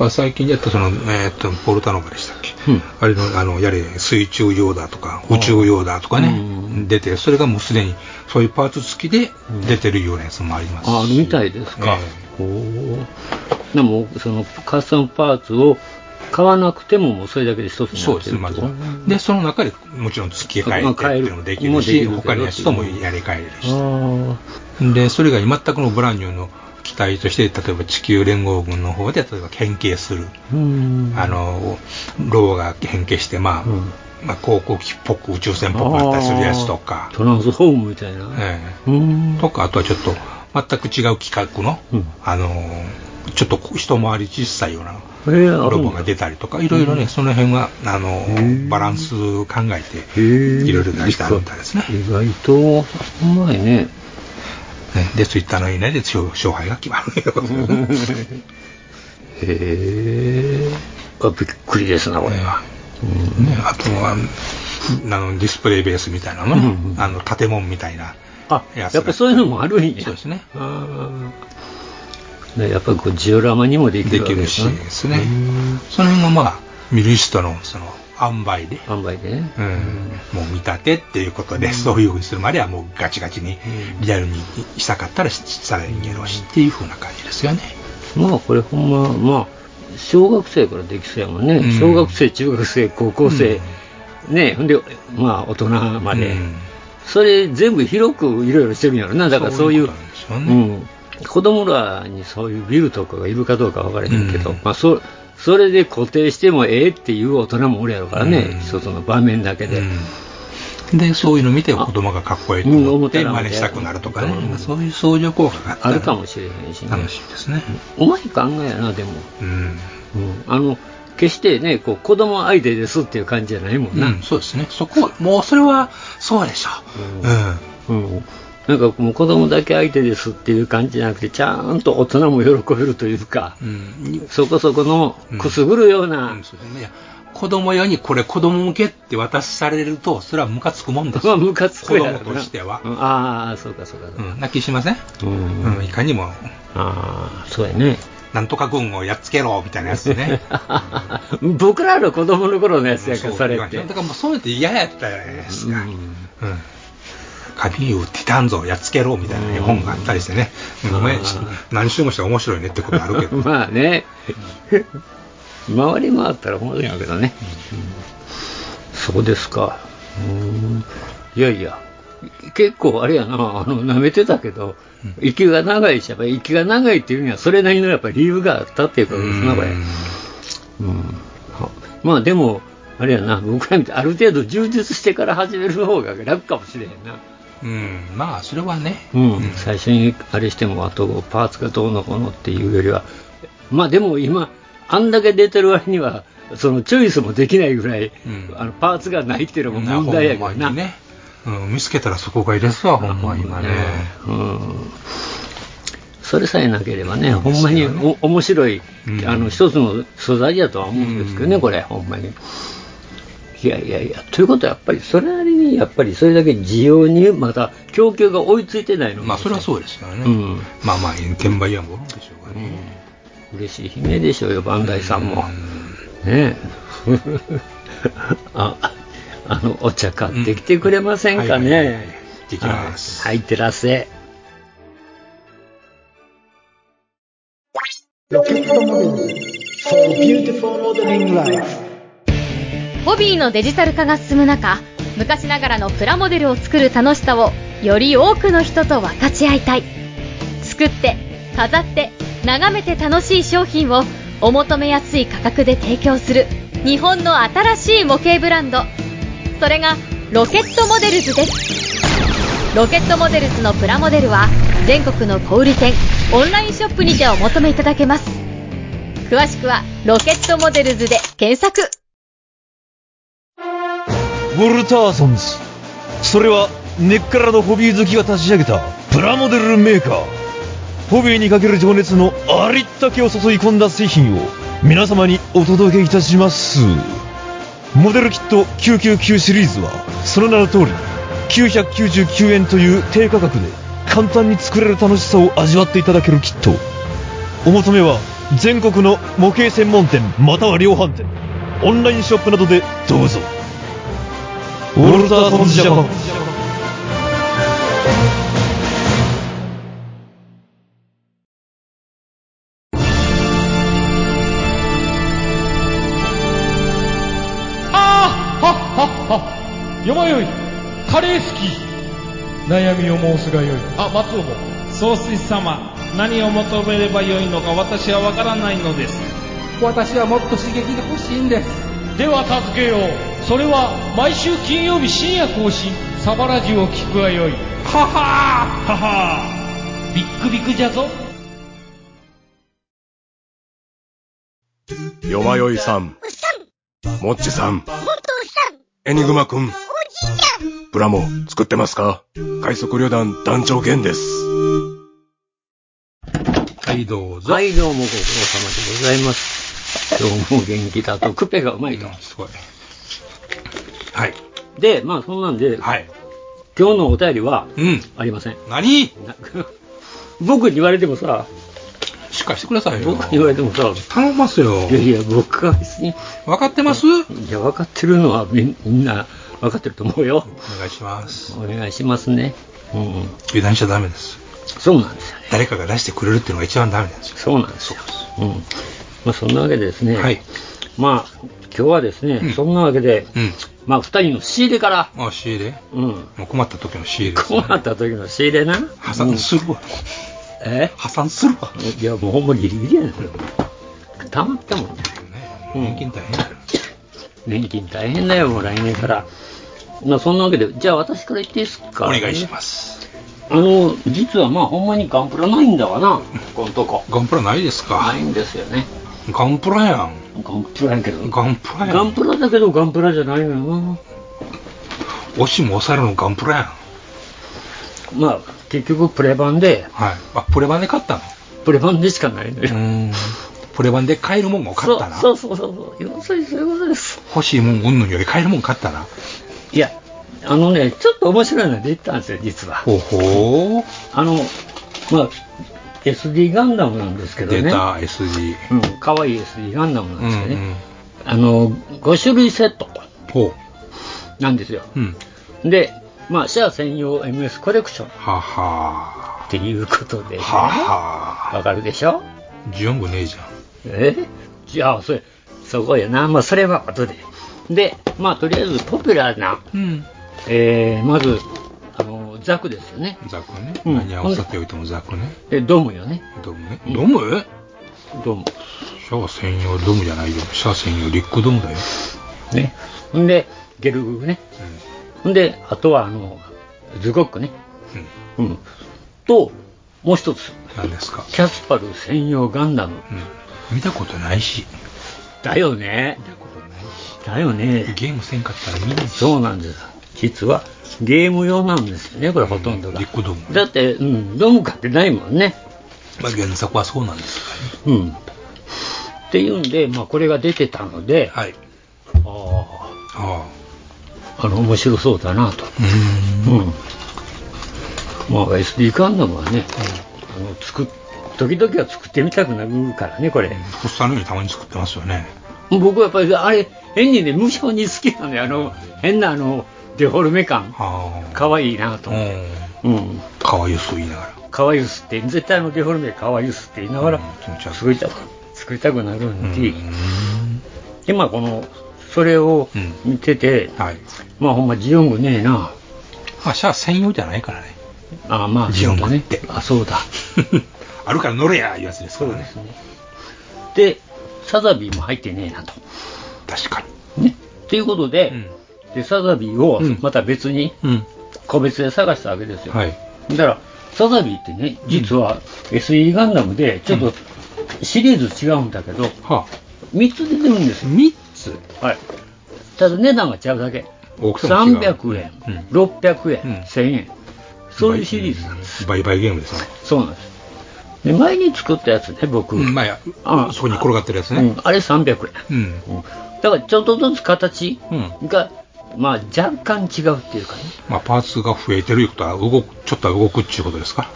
Speaker 1: まあ、最近やったその、えーっとポルタノバでしたっけ
Speaker 2: うん
Speaker 1: あれの、あの、やれ、水中用だとか、宇宙用だとか
Speaker 2: う
Speaker 1: ね、出て、それがもうすでに、そういうパーツ付きで出てるようなやつもありますし。
Speaker 2: ああるみたいですか、
Speaker 1: え
Speaker 2: おーでもそのカスタムパーツを買わなくてももうそれだけで一つ
Speaker 1: え
Speaker 2: に
Speaker 1: そう
Speaker 2: なっ
Speaker 1: で
Speaker 2: て
Speaker 1: す
Speaker 2: る
Speaker 1: ね、ま
Speaker 2: って
Speaker 1: ず
Speaker 2: こと
Speaker 1: は。で、その中でもちろん付け替えてっていうのもできる
Speaker 2: まあ変
Speaker 1: し、
Speaker 2: えるもできるけど
Speaker 1: 他のやつともやり替えれるし。
Speaker 2: あ
Speaker 1: で、それが全くのブランニューの機体として、例えば地球連合軍の方で、例えば変形する。
Speaker 2: あうん
Speaker 1: あの、ローが変形して、まあ、
Speaker 2: うん
Speaker 1: まあ、航空機っぽく宇宙船っぽくあったりするやつとか
Speaker 2: あー。トランスフォームみたいな、
Speaker 1: ええ
Speaker 2: うん
Speaker 1: とか、あとはちょっと全く違う企画の、
Speaker 2: うん
Speaker 1: あのーちょっと一回り小さいような
Speaker 2: えー、あ
Speaker 1: ロ
Speaker 2: るん
Speaker 1: ボ
Speaker 2: だ
Speaker 1: が出たりとか、いろいろね、その辺は、あのー
Speaker 2: ー
Speaker 1: バランス考えて、
Speaker 2: い
Speaker 1: いろいろ出してあるみたいですね
Speaker 2: 意外とうまいね
Speaker 1: ねで、ツイッターのいいねで勝勝敗が決まるよ。
Speaker 2: へえあびっくりですなこれは、
Speaker 1: うんね、あとは、あの、ディスプレイベースみたいなのね、
Speaker 2: うんうん
Speaker 1: あの、建物みたいな。
Speaker 2: あ
Speaker 1: い
Speaker 2: や
Speaker 1: や
Speaker 2: っぱりそういうのもあるんや
Speaker 1: そうですね
Speaker 2: あーねやっぱりこうジオラマにもでき
Speaker 1: で
Speaker 2: るわ
Speaker 1: き
Speaker 2: け
Speaker 1: る
Speaker 2: で
Speaker 1: し
Speaker 2: すね
Speaker 1: ですね。その辺がまあ、ミルストの、その、塩梅で、
Speaker 2: 販売でね
Speaker 1: もう見立てっていうことで、そういうふうにするまではもうガチガチに
Speaker 2: うん
Speaker 1: リアルにしたかったらししたらいいんやろうしっていうふうな感じですよね。
Speaker 2: まあこれほんままあ小学生からできそうやもんね、
Speaker 1: うん
Speaker 2: 小学生中学生高校生、ねほんでまあ大人まで、
Speaker 1: うん
Speaker 2: それ全部広くいろいろしてるんやろなだからそういう
Speaker 1: そういうことなんでしょうね
Speaker 2: うん、子供らにそういうビルとかがいるかどうか分からへんけど、
Speaker 1: うん
Speaker 2: まあそそれで固定してもええっていう大人もおるやろからね、
Speaker 1: うん
Speaker 2: 一つの場面だけで、
Speaker 1: うんで、そういうの見て子供がかっこいいと
Speaker 2: うん思
Speaker 1: 思
Speaker 2: っ
Speaker 1: ったて
Speaker 2: ら
Speaker 1: 真似したくなるとかね、
Speaker 2: うん
Speaker 1: そういう相乗効果があった
Speaker 2: あ
Speaker 1: ら
Speaker 2: るかもしれへんしね
Speaker 1: 楽しいですね。
Speaker 2: うまい考えやなでも、
Speaker 1: うん。
Speaker 2: うんあの決してねこう子供相手ですっていう感じじゃないもんな、
Speaker 1: うんそうですね。そこは、もうそれは、そうでしょう。
Speaker 2: ううん、なんかもう子供だけ相手ですっていう感じじゃなくて、ちゃんと大人も喜べるというか、
Speaker 1: うん。うん
Speaker 2: そこそこのくすぐるよう
Speaker 1: う、、
Speaker 2: なん
Speaker 1: そうですね。いや子供用にこれ子供向けって渡しされると、それはムカつくもんです
Speaker 2: まあ、
Speaker 1: よ。
Speaker 2: ムカつくやろな
Speaker 1: 子供としては
Speaker 2: うんああ、そうかそうかそう
Speaker 1: う
Speaker 2: か。
Speaker 1: ん、泣きしません、
Speaker 2: うん
Speaker 1: うん、いかにも、
Speaker 2: ああ、そうやね。
Speaker 1: なんとか軍をやっつけろみたいなやつね。
Speaker 2: 僕らの子供の頃のやつ
Speaker 1: う
Speaker 2: や
Speaker 1: んそ
Speaker 2: から、
Speaker 1: う
Speaker 2: それって。
Speaker 1: だからもうそうやって嫌やったじゃないですか。
Speaker 2: う
Speaker 1: うんん。カビをティタンゾをやっつけろみたいな絵本があったりしてね、
Speaker 2: うん
Speaker 1: ごめ
Speaker 2: あ
Speaker 1: ん
Speaker 2: ー、
Speaker 1: 何周もして面白いねってことあるけ ど、
Speaker 2: まあね、回り回ったら面白いんやけどね、そうですか、うーんいやいや、結構あれやな、あの、舐めてたけど、息が長いし、やっぱり息が長いっていうには、それなりのやっぱり理由があったっていうことですな、これ。うん。はまあでも、あれやな、僕らみたいにある程度充実してから始める方が楽かもしれへんな。
Speaker 1: うん、まあ、それはね。
Speaker 2: うん、最初にあれしても、あとパーツがどうのこうのっていうよりは、まあでも今、あんだけ出てる割には、そのチョイスもできないぐらい、
Speaker 1: うん
Speaker 2: あのパーツがないっていうのも問題やけど
Speaker 1: ほんま
Speaker 2: な。
Speaker 1: にね。うん、見つけたらそこがいいですわ、ほんま今ね。
Speaker 2: うん、それさえなければね、ほんまに
Speaker 1: ですよ
Speaker 2: お面白い、
Speaker 1: うん
Speaker 2: あの一つの素材やとは思うんですけどね、
Speaker 1: うん
Speaker 2: これ、ほんまに。いやいやいや、ということはやっぱり、それなりにやっぱりそれだけ需要にまた供給が追いついてないの
Speaker 1: まあ、それはそう
Speaker 2: う
Speaker 1: ですからね。
Speaker 2: うん
Speaker 1: まあまあ、転売屋もおるんでしょうがね。
Speaker 2: 嬉しい悲鳴でしょうよ、バンダイさんも。ね えああのお茶買ってきてくれませんか
Speaker 1: うんはいはいは
Speaker 2: ね、
Speaker 1: いできます
Speaker 2: はい、はい、いってらっしゃい
Speaker 3: ホビーのデジタル化が進む中昔ながらのプラモデルを作る楽しさをより多くの人と分かち合いたい作って飾って眺めて楽しい商品をお求めやすい価格で提供する日本の新しい模型ブランドそれがロケットモデルズですロケットモデルズのプラモデルは全国の小売店オンラインショップにてお求めいただけます詳しくは「ロケットモデルズ」で検索
Speaker 4: ウォルターソンズそれは根っからのホビー好きが立ち上げたプラモデルメーカーホビーにかける情熱のありったけを注い込んだ製品を皆様にお届けいたしますモデルキット999シリーズはその名の通り999円という低価格で簡単に作れる楽しさを味わっていただけるキットお求めは全国の模型専門店または量販店オンラインショップなどでどうぞウォルターソンズジャパン
Speaker 5: ああはっはっはよまよいカレー好き悩みを申すがよいあ松尾も
Speaker 6: 総帥様何を求めればよいのか私はわからないのです
Speaker 5: 私はもっと刺激が欲しいんですでは助けようそれは毎週金曜日深夜更新サバラジュを聞くがよいははははビックビックじゃぞ
Speaker 7: よまよいさん。もっちさん。エニグマくん。プラモ作ってますか快速旅団団長剣です。
Speaker 1: はい、どうぞ。
Speaker 2: はい、どうもご苦労様でございます。どうも元気だと、クペがうまいと
Speaker 1: うん。すごい。はい。
Speaker 2: で、まあそんなんで、
Speaker 1: はい。
Speaker 2: 今日のお便りは
Speaker 1: うん。
Speaker 2: ありません。
Speaker 1: 何
Speaker 2: な僕に言われてもさ、
Speaker 1: しっかりしてくださいよ。
Speaker 2: 僕に言われてもさ、
Speaker 1: 頼ますよ
Speaker 2: い。やいや、僕は別に、
Speaker 1: 分かってます
Speaker 2: いや、分かってるのはみみんな分かってると思うよ。
Speaker 1: お願いします。
Speaker 2: お願いしますね。うんうん。
Speaker 1: 油断しちゃダメです。
Speaker 2: そうなんですよね。
Speaker 1: 誰かが出してくれるっていうのが一番ダメなんですよ。
Speaker 2: そうなんですよ。うん。まあそんなわけでですね、
Speaker 1: はい。
Speaker 2: まあ今日はですね、
Speaker 1: うん
Speaker 2: そんなわけで、
Speaker 1: うん。
Speaker 2: まあ二人の仕入れから、
Speaker 1: あ、仕入れ
Speaker 2: うん。
Speaker 1: もう困った時の仕入れです、
Speaker 2: 困った時の仕入れな。
Speaker 1: 破産するわ。
Speaker 2: え
Speaker 1: 破産するわ。
Speaker 2: いや、もうほんまギリギリやねん。たまったもんね。うん
Speaker 1: 年金大変だよ
Speaker 2: 年金大変だよ、もう来年から。まあ、そんなわけで、じゃあ私から言っていいですか、
Speaker 1: お願いします。
Speaker 2: す。あの、実はまあ、ほんまにガンプラないんだわな、このとこ。
Speaker 1: ガンプラないですか、
Speaker 2: ないんですよね。
Speaker 1: ガンプラやん。
Speaker 2: ガンプラやけど。
Speaker 1: ガンプラやん。
Speaker 2: ガンプラだけど、ガンプラじゃないのよな。
Speaker 1: 押しも押されのガンプラやん。
Speaker 2: まあ、結局、プレ版で、
Speaker 1: はい。あ、プレ版で買ったの
Speaker 2: プレ版でしかないの
Speaker 1: う
Speaker 2: よ。
Speaker 1: ーん。プレ版で買えるもんも買ったな。
Speaker 2: そうそうそうそう。要するにそういうことです。
Speaker 1: 欲しいもんうんぬんより買えるもん買ったな。
Speaker 2: いや、あのね、ちょっと面白いので言ったんですよ、実は。
Speaker 1: ほほー。
Speaker 2: あの、まあ、SD ガンダムなんですけどね。
Speaker 1: 出た SG。
Speaker 2: うん、可愛い SD ガンダム
Speaker 1: う
Speaker 2: なんで
Speaker 1: ん
Speaker 2: すけどね。
Speaker 1: うん。
Speaker 2: あの、5種類セット
Speaker 1: ほ
Speaker 2: なんですよ。
Speaker 1: う。うん。
Speaker 2: で、まあ、シェア専用 MS コレクションっ
Speaker 1: はは
Speaker 2: ていうこと
Speaker 1: ー。
Speaker 2: で、ね、
Speaker 1: は
Speaker 2: わ
Speaker 1: は
Speaker 2: かるでしょ
Speaker 1: ー。ジオングねえじゃん。
Speaker 2: えじゃあ、それ、そこやな。まあ、それは後で。で、まあ、とりあえずポピュラーな、
Speaker 1: うん。
Speaker 2: えー、まず、あのザクですよね。
Speaker 1: ザクね。
Speaker 2: うん
Speaker 1: 何合わせておいてもザクね。
Speaker 2: え、ドムよね。
Speaker 1: ドムね。
Speaker 2: うん
Speaker 1: ドム
Speaker 2: ドム。
Speaker 1: シャア専用ドムじゃないよ。シャア専用リックドムだよ。
Speaker 2: ね。ほんで、ゲルググね。ほんで、あとは、あの、ズゴックね。
Speaker 1: うん。うん。
Speaker 2: うん。と、もう一つ、
Speaker 1: 何ですか。
Speaker 2: キャスパル専用ガンダム。
Speaker 1: うん。見たことないし。
Speaker 2: だよね。
Speaker 1: 見たことないし。
Speaker 2: だよね。
Speaker 1: ゲームせんかったら見ないし。
Speaker 2: そうなんです。実は、ゲーム用なんですよね、これほとんどが。
Speaker 1: リックドム。
Speaker 2: だって、うん、ドーム買ってないもんね。
Speaker 1: まあ原作はそうなんです
Speaker 2: うん。っていうんで、まあ、これが出てたので、
Speaker 1: がね。はい。
Speaker 2: あ
Speaker 1: ああ。
Speaker 2: あ、あの、面白そうだなと。
Speaker 1: うー。
Speaker 2: うんん。まあ、SD ガンダムはね、あの、作っ、時々は作ってみたくなるからね、これ。
Speaker 1: おっさんのようにたまに作ってますよね。
Speaker 2: 僕はやっぱり、あれ、変にね、無性に好きなのよ。あの、変なあの、デフォルメ感。
Speaker 1: ああ。
Speaker 2: 可愛いなと
Speaker 1: う。ん。
Speaker 2: うん。
Speaker 1: かわいそう言いながら。
Speaker 2: 可愛いっすって、絶対あのデフォルメ可愛いっすって言いながら
Speaker 1: うん気持ち悪い、
Speaker 2: 作りたく、作りたくなる
Speaker 1: うん
Speaker 2: で、
Speaker 1: ん。
Speaker 2: で、まあ、この、それを見てて、
Speaker 1: はい。
Speaker 2: まあ、ほんま、ジオングねえな。
Speaker 1: まあ、シャア専用じゃない からね。
Speaker 2: ああ、まあ、
Speaker 1: ジオング
Speaker 2: そうだね
Speaker 1: って
Speaker 2: あ、そうだ。
Speaker 1: あるから乗れやいうやつですからね。
Speaker 2: で、サザビーも入ってねえなと。
Speaker 1: 確かに。
Speaker 2: ね。っていうことで、でサザビーを
Speaker 1: うん
Speaker 2: また別に、
Speaker 1: うん。
Speaker 2: 個別で探したわけですよ。
Speaker 1: はい。
Speaker 2: だから、サザビーってね、実は SE ガンダムで、ちょっとシリーズ違うんだけど、
Speaker 1: は
Speaker 2: 3つ出てるんです
Speaker 1: あ。
Speaker 2: よ。
Speaker 1: 3つ。
Speaker 2: はい。ただ値段が違うだけ。
Speaker 1: 大きさも違う。
Speaker 2: 300円、
Speaker 1: うん
Speaker 2: 600円、
Speaker 1: うん
Speaker 2: 1000円。そういうシリーズなんです。
Speaker 1: バイバイゲームですね。
Speaker 2: そうなんです。で、前に作ったやつね、僕。
Speaker 1: うん、まあや
Speaker 2: あ、
Speaker 1: そこに転がってるやつ
Speaker 2: う
Speaker 1: ね
Speaker 2: ん。あれ300
Speaker 1: う
Speaker 2: 円、
Speaker 1: ん。
Speaker 2: うんだからちょっとずつ形
Speaker 1: うん
Speaker 2: が、まあ若干違うっていうかね
Speaker 1: まあ、パーツが増えてるいうことは、動く、ちょっとは動くっていうことですか。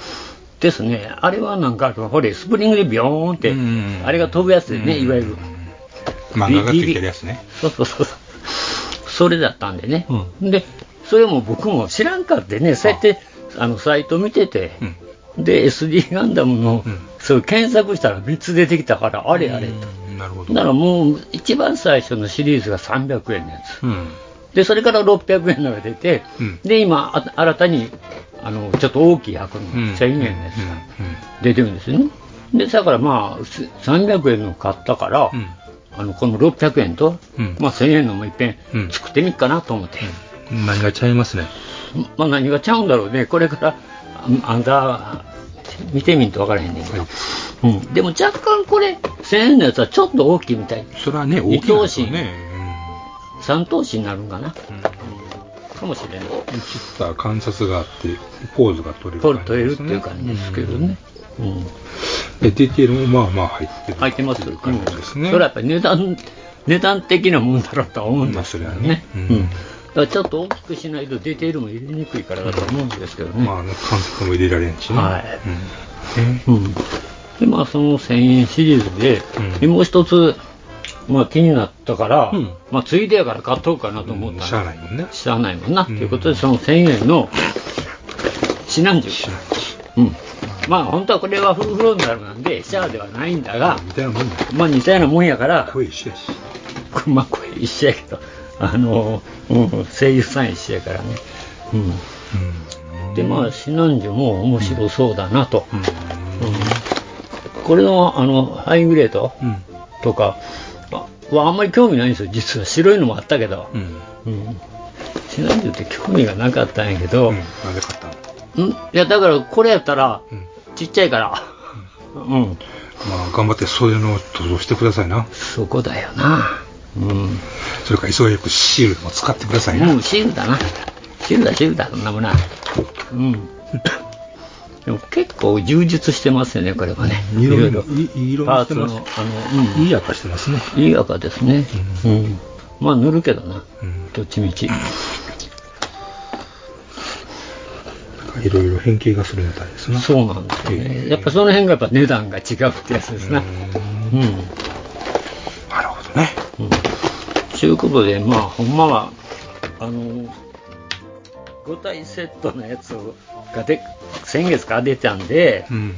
Speaker 2: ですねあれはなんかほれスプリングでビョーンって、
Speaker 1: うん
Speaker 2: あれが飛ぶやつでね、
Speaker 1: うん
Speaker 2: いわゆる
Speaker 1: 漫画がついてるやつね。
Speaker 2: そうそうそうそうそれだったんでね、
Speaker 1: う
Speaker 2: でそれも僕も知らんかってねそうやってあのサイト見てて、
Speaker 1: うん。
Speaker 2: で SD ガンダムの、
Speaker 1: うん
Speaker 2: そう検索したら3つ出てきたからあれあれと、
Speaker 1: うんなるほど。
Speaker 2: だからもう一番最初のシリーズが300円のやつ、
Speaker 1: うん。
Speaker 2: でそれから600円のが出て、
Speaker 1: うん
Speaker 2: で今あ新たにあのちょっと大きい箱の
Speaker 1: うん
Speaker 2: 1000円のやつ
Speaker 1: うん
Speaker 2: が出てるんですよね、でだからまあす300円の買ったから、
Speaker 1: うん
Speaker 2: あのこの600円と、
Speaker 1: うん
Speaker 2: まあ、1000円のもいっぺ
Speaker 1: うんん
Speaker 2: 作ってみっかなと思って、
Speaker 1: うん。何がちゃいますね。
Speaker 2: まあ、何がちゃうんだろうねこれからああんた見てみんと分からへんねんけど、
Speaker 1: はい
Speaker 2: うん、でも若干これ1000円のやつはちょっと大きいみたい
Speaker 1: それはね、
Speaker 2: 二
Speaker 1: 大きい
Speaker 2: 等
Speaker 1: です
Speaker 2: 身
Speaker 1: よね。
Speaker 2: 3等身になるんかな、
Speaker 1: うん。うん
Speaker 2: かもしれない
Speaker 1: 切った観察があって、ポーズが取れる
Speaker 2: 取
Speaker 1: 感
Speaker 2: る
Speaker 1: じですね。
Speaker 2: 取れるっていう感じですけどね、うん
Speaker 1: で出てるもまあまあ入ってる
Speaker 2: 入ってます
Speaker 1: という
Speaker 2: う
Speaker 1: 感
Speaker 2: ん
Speaker 1: じですね、
Speaker 2: それはやっぱり値段値段的なもんだろうとは思うんですけど
Speaker 1: まあ
Speaker 2: ね、
Speaker 1: それは
Speaker 2: う
Speaker 1: ねうんん
Speaker 2: だからちょっと大きくしないと出ているも入れにくいからだと思うんですけどね、
Speaker 1: まあね観察も入れられんしね
Speaker 2: はい
Speaker 1: うんね
Speaker 2: うん、でまあその1000円シリーズで,、
Speaker 1: うん
Speaker 2: でもう一つ、まあ、気になったから、
Speaker 1: うん
Speaker 2: まあ、ついでやから買っとうかなと思っ
Speaker 1: う
Speaker 2: たんで
Speaker 1: ん
Speaker 2: す
Speaker 1: しゃあないもんね
Speaker 2: しゃあないもんな、
Speaker 1: うん
Speaker 2: ということでその1000円の指南銃うん、まあ本当はこれはフルフロンタルなんでシャアではないんだが、
Speaker 1: みたいなもんだ
Speaker 2: まあ似たようなもんやから、
Speaker 1: 声一緒やし
Speaker 2: まあこれ一緒やけど、あの、うん、声優さん一緒やからね。うん。で、まあ、シナンジュも面白そうだなと。
Speaker 1: うん
Speaker 2: うんこれの、あの、ハイグレード
Speaker 1: うん
Speaker 2: とかあはあんまり興味ないんですよ、実は。白いのもあったけど。
Speaker 1: うんうん
Speaker 2: うん。シナンジュって興味がなかったんやけど、
Speaker 1: なんで買ったの
Speaker 2: うん、いや、だからこれやったら、
Speaker 1: ん
Speaker 2: ちっちゃいから。うん。
Speaker 1: まあ頑張ってそういうのを塗装してくださいな
Speaker 2: そこだよな。うん。
Speaker 1: それから急いでシールも使ってくださいな
Speaker 2: うん、シールだな。シールだ、シールだ、そんなもんな。 うん。でも結構充実してますよね、これはね。
Speaker 1: 色味も
Speaker 2: 々
Speaker 1: いいいい色
Speaker 2: パ
Speaker 1: 味して
Speaker 2: ーツ
Speaker 1: ま
Speaker 2: の、
Speaker 1: す
Speaker 2: あの、うん、
Speaker 1: いい赤してますね
Speaker 2: いい赤ですね。うん。まあ、塗るけどな。
Speaker 1: うん
Speaker 2: どっちみち。
Speaker 1: いろいろ変形がするみたいですな
Speaker 2: そうなんですよ
Speaker 1: え
Speaker 2: ね。
Speaker 1: え
Speaker 2: やっぱその辺がやっぱ値段が違うってやつですな。うん。
Speaker 1: なるほどね
Speaker 2: ということで、まあ、ほんまは、あの、5体セットのやつをがで先月から出たんで、
Speaker 1: うん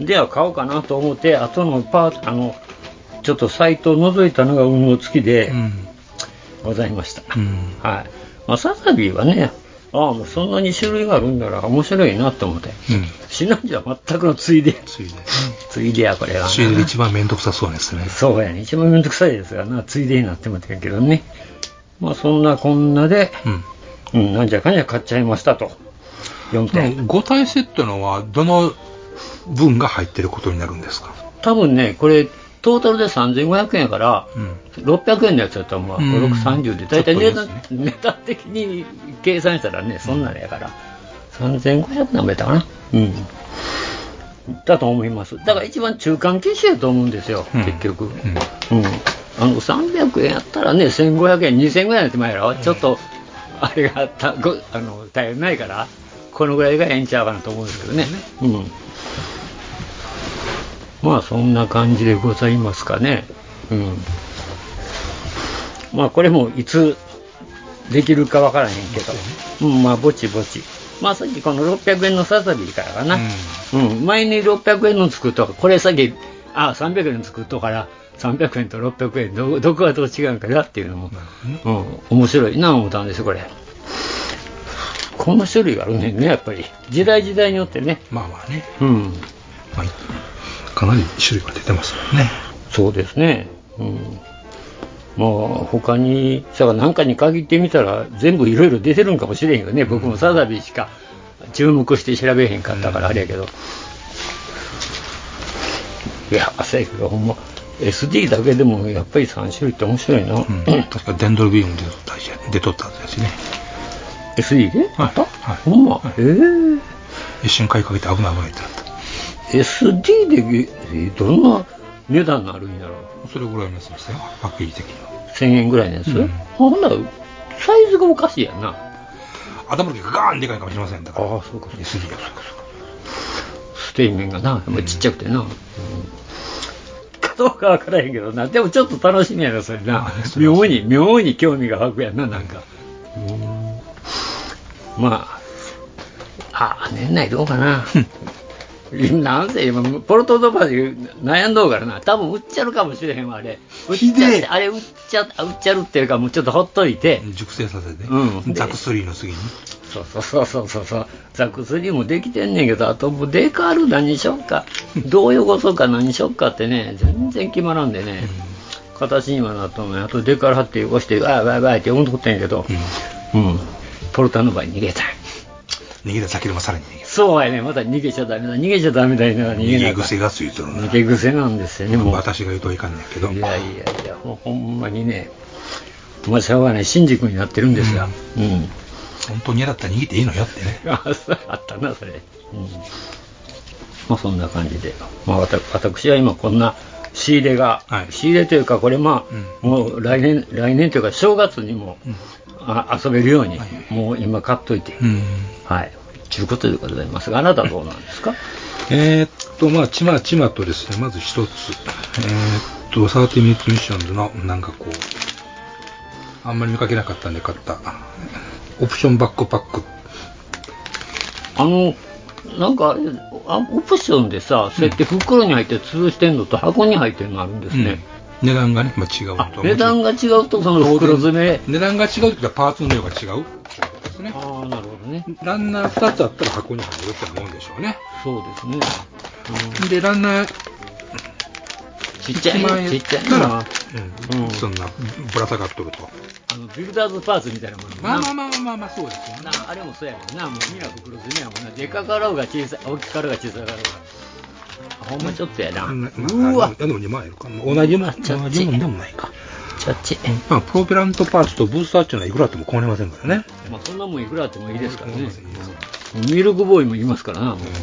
Speaker 2: では買おうかなと思って、後のパーあの、ちょっとサイトを覗いたのが運の月で
Speaker 1: うん
Speaker 2: ございました。
Speaker 1: うん
Speaker 2: はい。まあ、サザビーはね、ああもうそんなに種類があるんなら面白いなって思って
Speaker 1: うん。
Speaker 2: シナジーは全くのついで
Speaker 1: ついで。
Speaker 2: ついでやこれは
Speaker 1: ついで一番めんどくさそうなやつね。
Speaker 2: そうやね一番めんどくさいですがなついでになってもてんけどねまあそんなこんなで、
Speaker 1: うん。
Speaker 2: うん、なんじゃかんじゃ買っちゃいましたと4
Speaker 1: この
Speaker 2: 点、
Speaker 1: 5体セットのは、どの分が入ってることになるんですか
Speaker 2: 多分ねこれトータルで3500円やから、
Speaker 1: うん。
Speaker 2: 600円のやつだったらまあ
Speaker 1: うん
Speaker 2: 5630で大体
Speaker 1: ちょ
Speaker 2: 値
Speaker 1: っと
Speaker 2: 段,、
Speaker 1: いいです
Speaker 2: 値段的に計算したらねそんなのやから、3500なんべたかなうんだと思いますだから一番中間機種やと思うんですよ、
Speaker 1: うん
Speaker 2: 結局うん、
Speaker 1: ん
Speaker 2: あの300円やったらね1500円2000円ぐらいになってまうやろ、ちょっとあれがあったごあの大変ないからこのぐらいがええんちゃうかなと思うんですけどねうんまあそんな感じでございますかね。うん。まあこれもいつできるかわからへんけど、うん、まあぼちぼち。まあさっきこの600円のササビからかな。うん、前に600円の作っとこれさっき、あ、300円の作っとから、300円と600円ど、どこがどう違うんかなっていうのも、うん、面白いな思ったんですよ、これ。この種類があるねんね、やっぱり。時代時代によってね。
Speaker 1: まあまあね。
Speaker 2: うん。
Speaker 1: まあ、かなり種類が出てますもんね。
Speaker 2: そうですね。うん。まあ、他に、さあ、なんかに限ってみたら、全部いろいろ出てるんかもしれんよね。僕もサザビしか注目して調べへんかったから、あれやけど。いや、朝やけど、ほんま、SD だけでも、やっぱり3種類って面白いな。
Speaker 1: うん。確かデンドルビーム出とったし、出とったやつね。
Speaker 2: SD で、
Speaker 1: はい
Speaker 2: あった、
Speaker 1: はい
Speaker 2: ほんま。えー
Speaker 1: 一瞬買いかけて危ない危ないってなった。
Speaker 2: SD で、えーどんな値段のあるんやろう。
Speaker 1: それぐらいのやつですよ。パッケージ的には。
Speaker 2: 1000円ぐらいのやつ、
Speaker 1: うん
Speaker 2: ほんなら、サイズがおかしいやんな。
Speaker 1: 頭の毛がガーンでかいかもしれません。だから。
Speaker 2: ああそうかそうか
Speaker 1: SD がそうかそうか
Speaker 2: ステイメンがな、やっぱりちっちゃくてな。うんかどうかわからへんけどな。でもちょっと楽しみやな、それな
Speaker 1: あ。それは
Speaker 2: 妙に、妙に興味が湧くやんな、なんか。まあ、あ、年内どう かな。なんせ今、ポルトドバで悩んどうからな。多分売っちゃるかもしれへんわ、あれ。売っちゃって、あれ売っちゃ、売っちゃるっていうか、もうちょっとほっといて。
Speaker 1: 熟成させて、
Speaker 2: うん
Speaker 1: ザクスリーの次に。
Speaker 2: そうそうそうそうそうそうザクスリもできてんねんけどあともうデカール何しよっかどう汚そうか何しよっかってね全然決まらんでね、形にはなったのにあとデカール貼って汚してわーわーわーって思っとったんやけどうん、ポルタの場合逃げたい
Speaker 1: 逃げた先でもさらに逃げる。
Speaker 2: そうやねまた逃げちゃダメだ逃げちゃダメだよな逃げ
Speaker 1: 逃
Speaker 2: な
Speaker 1: げ
Speaker 2: あかん
Speaker 1: 癖がついてるな
Speaker 2: 逃。げ癖なんですよねもう
Speaker 1: 私が言うといかんねんけど。
Speaker 2: いやいやいや、ほほんまにね、まあ、しょうがない、新宿になってるんですが、うん、
Speaker 1: 本当に嫌だったら逃げていいのよってね。
Speaker 2: あそうあったな、それ。うんまあ、そんな感じで、まあ、わた私は今、こんな仕入れが、
Speaker 1: はい
Speaker 2: 仕入れというか、これ、まあ、
Speaker 1: うん
Speaker 2: もう来年、来年というか、正月にも、
Speaker 1: うん
Speaker 2: あ遊べるように、
Speaker 1: はい
Speaker 2: もう今、買っといて、
Speaker 1: うん。
Speaker 2: はい、ということでございますが、あなたはどうなんですか
Speaker 1: えーっと、まあ、ちまちまとですね、まず一つ。えーっと、サーティミットミッションズの、なんかこう、あんまり見かけなかったんで買った。オプションバックパック。
Speaker 2: あのなんかあれあオプションでさ、そうやって袋に入って潰してんのと箱に入ってるのあるんですね。
Speaker 1: うん値段がね、まあ、違う
Speaker 2: あ
Speaker 1: と。
Speaker 2: 値段
Speaker 1: が
Speaker 2: が違うと、その袋詰め。
Speaker 1: 値段が違うということはパーツの量が違う。ですね。
Speaker 2: ああ、なるほどね。
Speaker 1: ランナー2つあったら箱に入るってなもんでしょうね。
Speaker 2: そうですね。
Speaker 1: で、ランナー
Speaker 2: ちっちゃい
Speaker 1: 1万
Speaker 2: な、
Speaker 1: 円
Speaker 2: ちっちゃい
Speaker 1: な
Speaker 2: な
Speaker 1: ら。、
Speaker 2: うん
Speaker 1: そんなぶら下がっとると。
Speaker 2: あの、ビルダーズパーツみたいなもんな。
Speaker 1: まあまあまあまあまあまあ、そうですよね。
Speaker 2: なあれもそうやもんな。もうみんな袋詰めやもんな。でかかろうが小さい、大きかろうが小さかろうが。ほんまちょっとやな。
Speaker 1: うん
Speaker 2: う
Speaker 1: まあ
Speaker 2: わ
Speaker 1: い、やでも2万円か。同じもん、
Speaker 2: あちょっち
Speaker 1: 同じもんでもないか。
Speaker 2: ちゃっち。
Speaker 1: まあ、プロペラントパーツとブースターっていうのはいくらあっても壊れませんからね。
Speaker 2: まあそんなもんいくらあってもいいですからね
Speaker 1: 壊れま。せんよ
Speaker 2: ミルクボーイもいますからな、もうほんまに。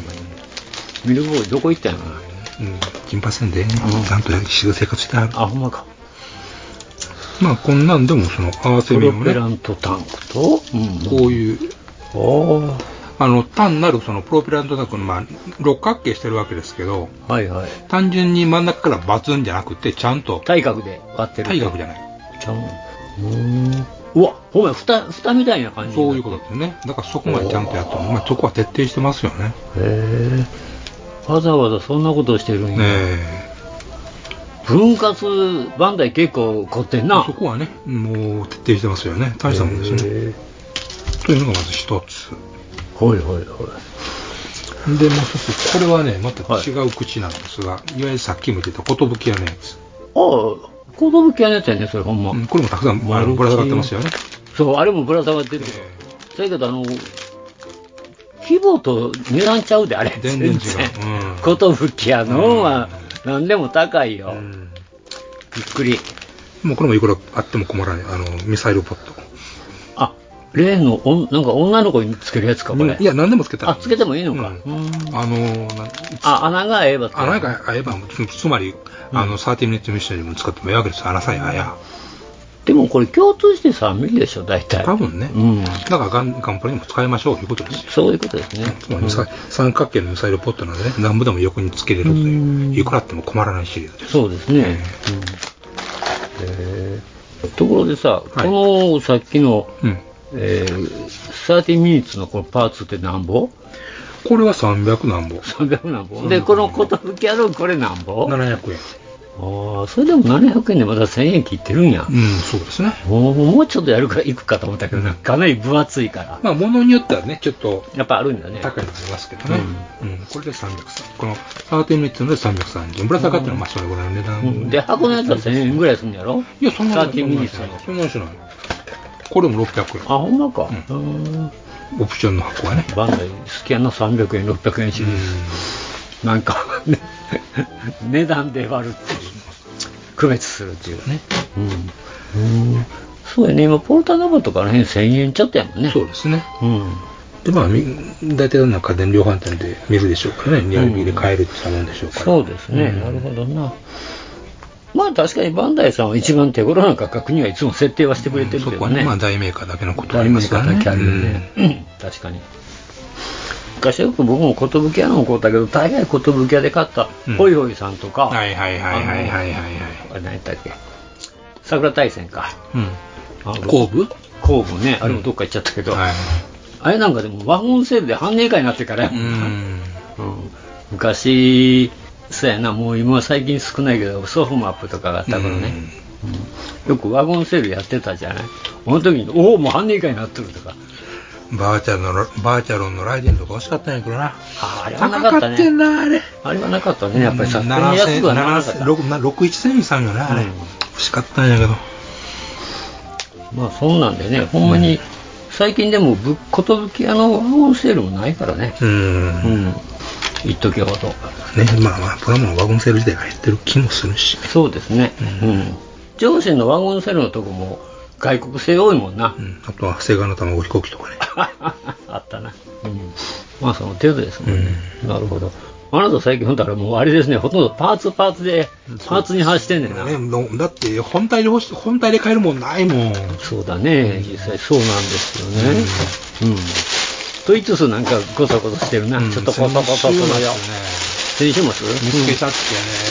Speaker 2: ミルクボーイどこ行ったんやろな。
Speaker 1: うん、金八線で、ちゃんと私生活してある。
Speaker 2: あ、ほんまか。
Speaker 1: まあ、こんなんでも、その、合わせ
Speaker 2: プ
Speaker 1: 目を
Speaker 2: ロペ
Speaker 1: ね、
Speaker 2: ラントタンクと、うん
Speaker 1: こういう、
Speaker 2: あ
Speaker 1: あの、単なるその、プロペラントタンクの、まあ、六角形してるわけですけど、
Speaker 2: あ、はいはい。
Speaker 1: 単純に真ん中からバツンじゃなくて、ちゃんと、
Speaker 2: 体格で割ってる。
Speaker 1: 体格じゃない。
Speaker 2: ちゃううん。うわ、ほんまや、蓋、蓋みたいな感じ。
Speaker 1: そういうことですよね。だからそこまでちゃんとやったの。まあ、そこは徹底してますよね。
Speaker 2: と。へえ。わざわざそんなことをしてるんや。
Speaker 1: え
Speaker 2: 分割、バンダイ結構凝ってん
Speaker 1: え
Speaker 2: な。
Speaker 1: そこはね、もう徹底してますよね。大したもんですね。
Speaker 2: へえ
Speaker 1: というのがまず一つ。
Speaker 2: ほいほいほい。
Speaker 1: で、もう一つ、これはね、また違う口なんですが、い、わゆるさっきも言ってた寿屋のやつ。
Speaker 2: ああ、子供系のやつやね、それほんま。
Speaker 1: うんこれもたくさんぶら下がってますよね。
Speaker 2: そう、あれもぶら下がってる。だけど、あの、規模と値段ちゃうで、あれ。
Speaker 1: 全然違ううん
Speaker 2: ことぶきやの方が、何でも高いよ。
Speaker 1: うん
Speaker 2: びっくり。
Speaker 1: もうこれもいくらあっても困らない。あの、ミサイルポット。
Speaker 2: あ、例のおん、なんか女の子につけるやつか、これ。
Speaker 1: いや、何でもつけたら
Speaker 2: あ、つけてもいいのか。
Speaker 1: う
Speaker 2: うんん
Speaker 1: あのー、な
Speaker 2: あ、穴が合えばつける
Speaker 1: 穴が合えば、つつまり、あの、サーティミネットミッションにも使ってもいいわけですよ。穴さえあや。
Speaker 2: でもこれ共通して3ミリでしょ、大体。
Speaker 1: 多分ね。
Speaker 2: うん。
Speaker 1: だからガン、ガンプラにも使いましょうということですよ。
Speaker 2: そういうことですね。
Speaker 1: つまりさ三角形のミサイルポットなのでね、何部でも横につけれるという、いくらあっても困らないシリーズです。
Speaker 2: そうですね。うんえーところでさ、
Speaker 1: はい
Speaker 2: このさっきの、
Speaker 1: うん。
Speaker 2: えー、30 minutes のこのパーツってなんぼ
Speaker 1: これは300何本。
Speaker 2: ?300 なんぼで、このことぶきやろこれなんぼあ
Speaker 1: 700円。
Speaker 2: あ、それでも700円でまだ1000円切ってるんや。
Speaker 1: うん、そうですね。
Speaker 2: もうもうちょっとやるから行くかと思ったけどな、かなり分厚いから。
Speaker 1: まあ、ものによってはね、ちょっと
Speaker 2: やっぱあるんだね。
Speaker 1: 高いのありますけどね。うん。これで303。この13ミリっていうので330円。ぶら下がってるのはまあ、それぐらいの値段。
Speaker 2: うんで、箱のやつは1000円ぐらいするんやろ
Speaker 1: いや、そんな
Speaker 2: 30 minutes の。
Speaker 1: そんなにしない。これも600円。
Speaker 2: あ、ほんまか。うん
Speaker 1: オプションの箱はね。
Speaker 2: バンダイ、スキャンの300円、600円シリーズ。なんか、ね、値段で割るっていう、区別するっていうね。うん。うんそうやね、今、ポルタノバとかあの辺1000円ちょっとやもんね。
Speaker 1: そうですね。
Speaker 2: うん。
Speaker 1: で、まあ、み大体どんな家電量販店で見るでしょうからね。ニアリで買えるって言ったもんでしょうから。
Speaker 2: そうですね、なるほどな。まあ確かにバンダイさんは一番手頃な価格にはいつも設定はしてくれてる
Speaker 1: そ
Speaker 2: け
Speaker 1: こは
Speaker 2: どね。
Speaker 1: ね、まあ、大メーカーだけのことはあ
Speaker 2: 大
Speaker 1: り
Speaker 2: 名
Speaker 1: ますから
Speaker 2: だ
Speaker 1: ね。
Speaker 2: けあるよね、確かに昔よく僕も寿屋の方だけど大概寿屋で買った
Speaker 1: うん
Speaker 2: ホイホイさんとか、
Speaker 1: うんはいはいはいはいはいはいはい。
Speaker 2: あれ何やったっけ桜大戦かあ
Speaker 1: うん。
Speaker 2: の
Speaker 1: 後部
Speaker 2: 工具ねあれもどっか行っちゃったけど、
Speaker 1: はい。
Speaker 2: あれなんかでもワゴンセールで半値以下になってからや
Speaker 1: う
Speaker 2: もんな、
Speaker 1: ん。
Speaker 2: うん昔そうやなもう今は最近少ないけどソフマップとかがあったからね、うんよくワゴンセールやってたじゃないこの時におおもう半値以下になってるとか
Speaker 1: バーチャルのロ、バーチャルのライデンとか欲しかったんやけどな。
Speaker 2: ああれはな
Speaker 1: 高
Speaker 2: か
Speaker 1: か
Speaker 2: っ
Speaker 1: った
Speaker 2: ね
Speaker 1: てんな、あれ。
Speaker 2: あれはなかったね、やっぱりさ、
Speaker 1: 7
Speaker 2: 7 0 0はなかった
Speaker 1: 0 0 6、1千円さんよね、あれ。
Speaker 2: うん
Speaker 1: 欲しかったんやけど。
Speaker 2: まあそうなんでね、ほんまに、最近でもぶ、寿屋のワゴンセールもないからね、
Speaker 1: うん
Speaker 2: う。ん、一時ほど。
Speaker 1: ね、まあまあ、プラモのワゴンセール自体が減ってる気もするし。
Speaker 2: そうですね、うん、上司のワゴンセールのとこも、外国製多いもんな
Speaker 1: う、ん。あとは、セガの卵飛行機とかね。
Speaker 2: あったな、うん、まあその程度ですもんね、なるほど。あなた最近、ほんとあれもうあれですね、ほとんどパーツパーツで、パーツに走ってんねんな。
Speaker 1: ね、のだって、本体で欲し、本体で買えるもんないもん。
Speaker 2: そうだね、実際そうなんですよね。うん。と言いつつなんかごそごそしてるな。ちょっとこそこそ
Speaker 1: う
Speaker 2: す
Speaker 1: ん先
Speaker 2: る
Speaker 1: 週末ね
Speaker 2: よ。先週末
Speaker 1: 見つけちゃって